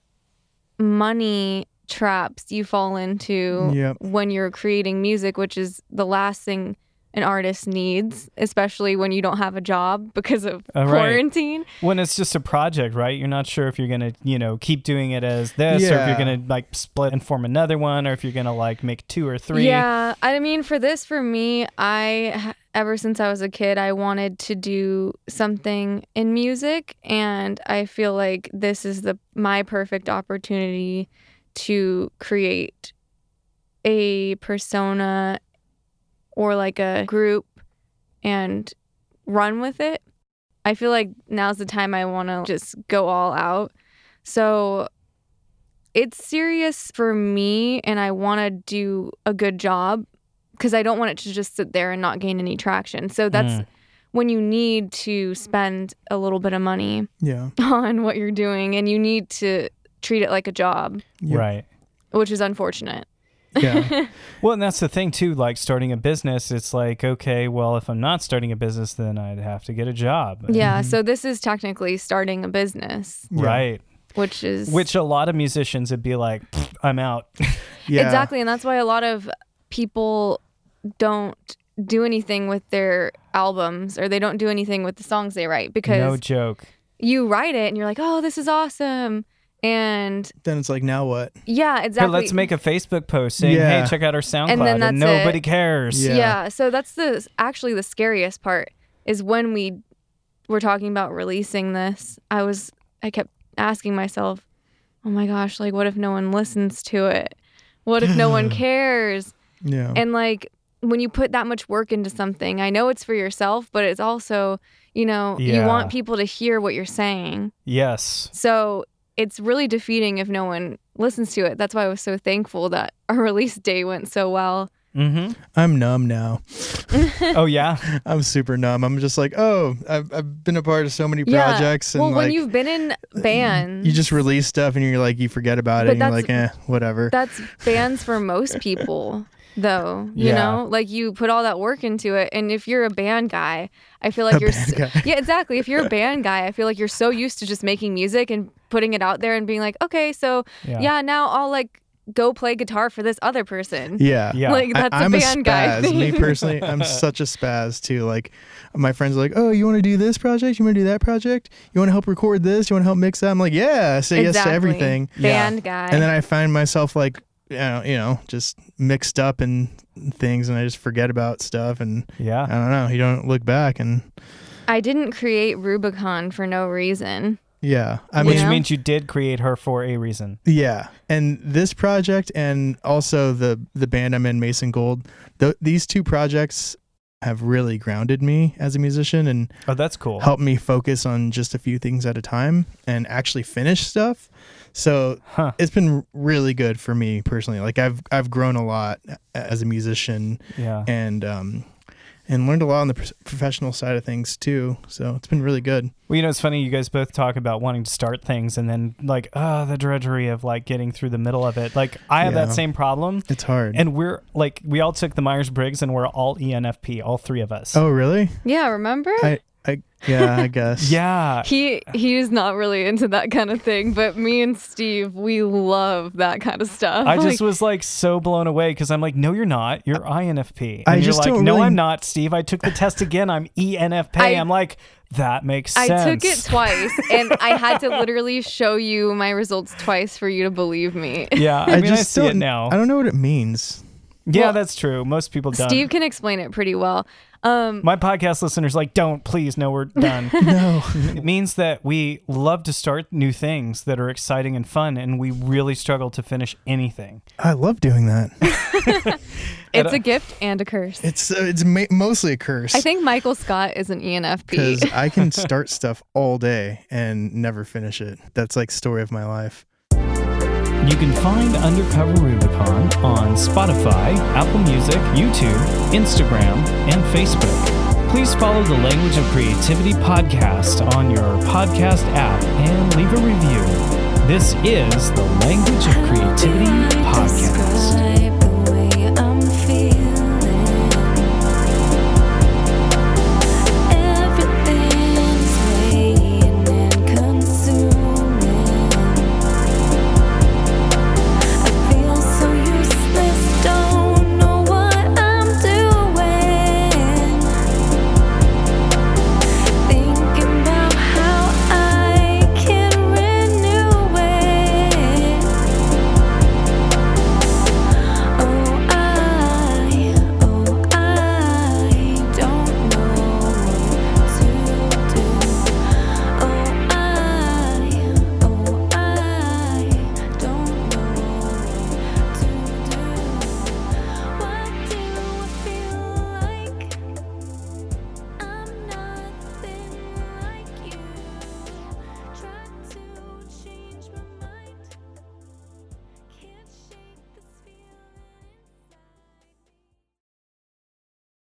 [SPEAKER 4] money traps you fall into
[SPEAKER 3] Yep.
[SPEAKER 4] when you're creating music, which is the last thing an artist needs, especially when you don't have a job because of
[SPEAKER 3] Oh,
[SPEAKER 1] Uh, right.
[SPEAKER 4] quarantine.
[SPEAKER 1] When it's just a project, right? You're not sure if you're gonna, you know, keep doing it as this, or if
[SPEAKER 3] Yeah.
[SPEAKER 1] you're gonna like split and form another one, or if you're gonna like make two or three.
[SPEAKER 4] Yeah. I mean, for this, for me, I, ever since I was a kid, I wanted to do something in music. And I feel like this is the, my perfect opportunity to create a persona or like a group and run with it. I feel like now's the time I want to just go all out. So it's serious for me and I want to do a good job because I don't want it to just sit there and not gain any traction. So that's
[SPEAKER 1] Mm.
[SPEAKER 4] when you need to spend a little bit of money <laughs>
[SPEAKER 3] Yeah.
[SPEAKER 4] on what you're doing and you need to treat it like a job,
[SPEAKER 3] Yep.
[SPEAKER 1] Right.
[SPEAKER 4] which is unfortunate.
[SPEAKER 3] Yeah.
[SPEAKER 1] Well, and that's the thing too. Like starting a business, it's like, okay, well, if I'm not starting a business, then I'd have to get a job.
[SPEAKER 4] Yeah, so this is technically starting a business,
[SPEAKER 3] Yeah.
[SPEAKER 1] Right.
[SPEAKER 4] which is
[SPEAKER 1] Which a lot of musicians would be like, "Pfft, I'm out. <laughs>
[SPEAKER 3] Yeah.
[SPEAKER 4] exactly, and that's why a lot of people don't do anything with their albums or they don't do anything with the songs they write because
[SPEAKER 1] no joke.
[SPEAKER 4] you write it and you're like, "Oh, this is awesome." And
[SPEAKER 3] Then it's like, now what?
[SPEAKER 4] yeah, exactly.
[SPEAKER 1] Hey, let's make a Facebook post saying,
[SPEAKER 3] Yeah.
[SPEAKER 1] hey, check out our SoundCloud.
[SPEAKER 4] then that's
[SPEAKER 1] nobody
[SPEAKER 4] it.
[SPEAKER 1] cares.
[SPEAKER 3] Yeah.
[SPEAKER 4] yeah. so that's the actually the scariest part is when we were talking about releasing this i was i kept asking myself oh my gosh like what if no one listens to it what if
[SPEAKER 1] <laughs>
[SPEAKER 4] no one cares
[SPEAKER 3] Yeah.
[SPEAKER 4] and like when you put that much work into something i know it's for yourself but it's also you know you
[SPEAKER 1] Yeah.
[SPEAKER 4] want people to hear what you're saying
[SPEAKER 1] Yes.
[SPEAKER 4] so it's really defeating if no one listens to it that's why i was so thankful that <laughs> our release day went so well
[SPEAKER 1] hmm
[SPEAKER 3] I'm numb now.
[SPEAKER 1] oh, yeah.
[SPEAKER 3] I'm super numb. I'm just like, oh, I've, I've been a part of so many
[SPEAKER 4] Yeah.
[SPEAKER 3] projects, and
[SPEAKER 4] well
[SPEAKER 3] like uh,
[SPEAKER 4] when you've been in bands
[SPEAKER 3] you just release stuff, and you're like, you forget about it,
[SPEAKER 4] But
[SPEAKER 3] and you're
[SPEAKER 4] that's-
[SPEAKER 3] like, eh, whatever.
[SPEAKER 4] <laughs> that's bands for most people though you
[SPEAKER 1] Yeah.
[SPEAKER 4] know like you put all that work into it and if you're a band guy i feel like
[SPEAKER 3] A
[SPEAKER 4] you're
[SPEAKER 3] band
[SPEAKER 4] so-
[SPEAKER 3] guy.
[SPEAKER 4] <laughs> yeah exactly if you're a band guy i feel like you're so used to just making music and putting it out there and being like okay so
[SPEAKER 1] Yeah.
[SPEAKER 4] <laughs> yeah, now i'll like go play guitar for this other person
[SPEAKER 3] Yeah.
[SPEAKER 1] Yeah.
[SPEAKER 3] <laughs>
[SPEAKER 4] <laughs> like
[SPEAKER 3] I-
[SPEAKER 4] that's a
[SPEAKER 3] I'm
[SPEAKER 4] band
[SPEAKER 3] a
[SPEAKER 4] guy
[SPEAKER 3] spaz.
[SPEAKER 4] thing. <laughs>
[SPEAKER 3] Me personally, I'm such a spaz too. Like, my friends are like, "Oh, you want to do this project? You want to do that project? You want to help record this? You want to help mix that?" I'm like, "Yeah, I say yes to
[SPEAKER 4] Exactly.
[SPEAKER 3] everything."
[SPEAKER 1] Yeah.
[SPEAKER 4] band guy
[SPEAKER 3] And then I find myself like, you know, you know, just mixed up in things, and I just forget about stuff, and I
[SPEAKER 1] Yeah.
[SPEAKER 3] don't know. You don't look back, and
[SPEAKER 4] I didn't create rubicon for no reason
[SPEAKER 3] yeah, I
[SPEAKER 4] You
[SPEAKER 1] Which
[SPEAKER 3] mean,
[SPEAKER 4] know?
[SPEAKER 1] means you did create her for a reason.
[SPEAKER 3] Yeah, and this project and also the the band I'm in, Mason Gold. Th- these two projects have really grounded me as a musician and
[SPEAKER 1] Oh, that's cool.
[SPEAKER 3] helped me focus on just a few things at a time and actually finish stuff. So
[SPEAKER 1] Huh.
[SPEAKER 3] it's been really good for me personally. Like I've I've grown a lot as a musician
[SPEAKER 1] Yeah.
[SPEAKER 3] and um and learned a lot on the pro- professional side of things too. So it's been really good.
[SPEAKER 1] Well, you know, it's funny. You guys both talk about wanting to start things and then, like, oh, the drudgery of like getting through the middle of it. Like, I have
[SPEAKER 3] Yeah.
[SPEAKER 1] that same problem.
[SPEAKER 3] It's hard.
[SPEAKER 1] And we're E like, we all took the Myers Briggs and we're all ENFP, all three of us.
[SPEAKER 3] oh really?
[SPEAKER 4] yeah remember
[SPEAKER 3] I
[SPEAKER 1] <laughs>
[SPEAKER 3] I yeah, I guess.
[SPEAKER 1] Yeah.
[SPEAKER 4] He he is not really into that kind of thing, but me and Steve, we love that kind of stuff.
[SPEAKER 1] I just
[SPEAKER 4] Like,
[SPEAKER 1] was like so blown away because I'm like, no, you're not. You're INFP. And
[SPEAKER 3] I
[SPEAKER 1] you're
[SPEAKER 3] just
[SPEAKER 1] like,
[SPEAKER 3] don't
[SPEAKER 1] no,
[SPEAKER 3] really-
[SPEAKER 1] I'm not, Steve. I took the
[SPEAKER 3] <laughs>
[SPEAKER 1] test again. I'm E ENFP. I...
[SPEAKER 4] I-
[SPEAKER 1] am like, that makes
[SPEAKER 4] I
[SPEAKER 1] sense.
[SPEAKER 4] took it twice, and I had
[SPEAKER 1] <laughs>
[SPEAKER 4] to literally show you my results twice for you to believe me.
[SPEAKER 1] yeah, I, mean, I see
[SPEAKER 3] don't,
[SPEAKER 1] it now.
[SPEAKER 3] I don't know what it means.
[SPEAKER 1] Yeah,
[SPEAKER 4] Well,
[SPEAKER 1] that's true. Most people don't.
[SPEAKER 4] <laughs> Steve can explain it pretty well. Um,
[SPEAKER 1] My podcast listeners like, don't please. No, we're done.
[SPEAKER 3] No.
[SPEAKER 1] it means that we love to start new things that are exciting and fun, and we really struggle to finish anything.
[SPEAKER 3] I love
[SPEAKER 1] <laughs>
[SPEAKER 3] doing that.
[SPEAKER 4] it's a gift and a curse.
[SPEAKER 3] It's uh, it's ma- mostly a curse.
[SPEAKER 4] I think Michael Scott is an E ENFP.
[SPEAKER 1] <laughs>
[SPEAKER 3] because I can start stuff all day and never finish it. That's like story of my life.
[SPEAKER 1] You can find Undercover Rubicon on Spotify, Apple Music, YouTube, Instagram, and Facebook. Please follow the Language of Creativity podcast on your podcast app and leave a review. This is the Language of Creativity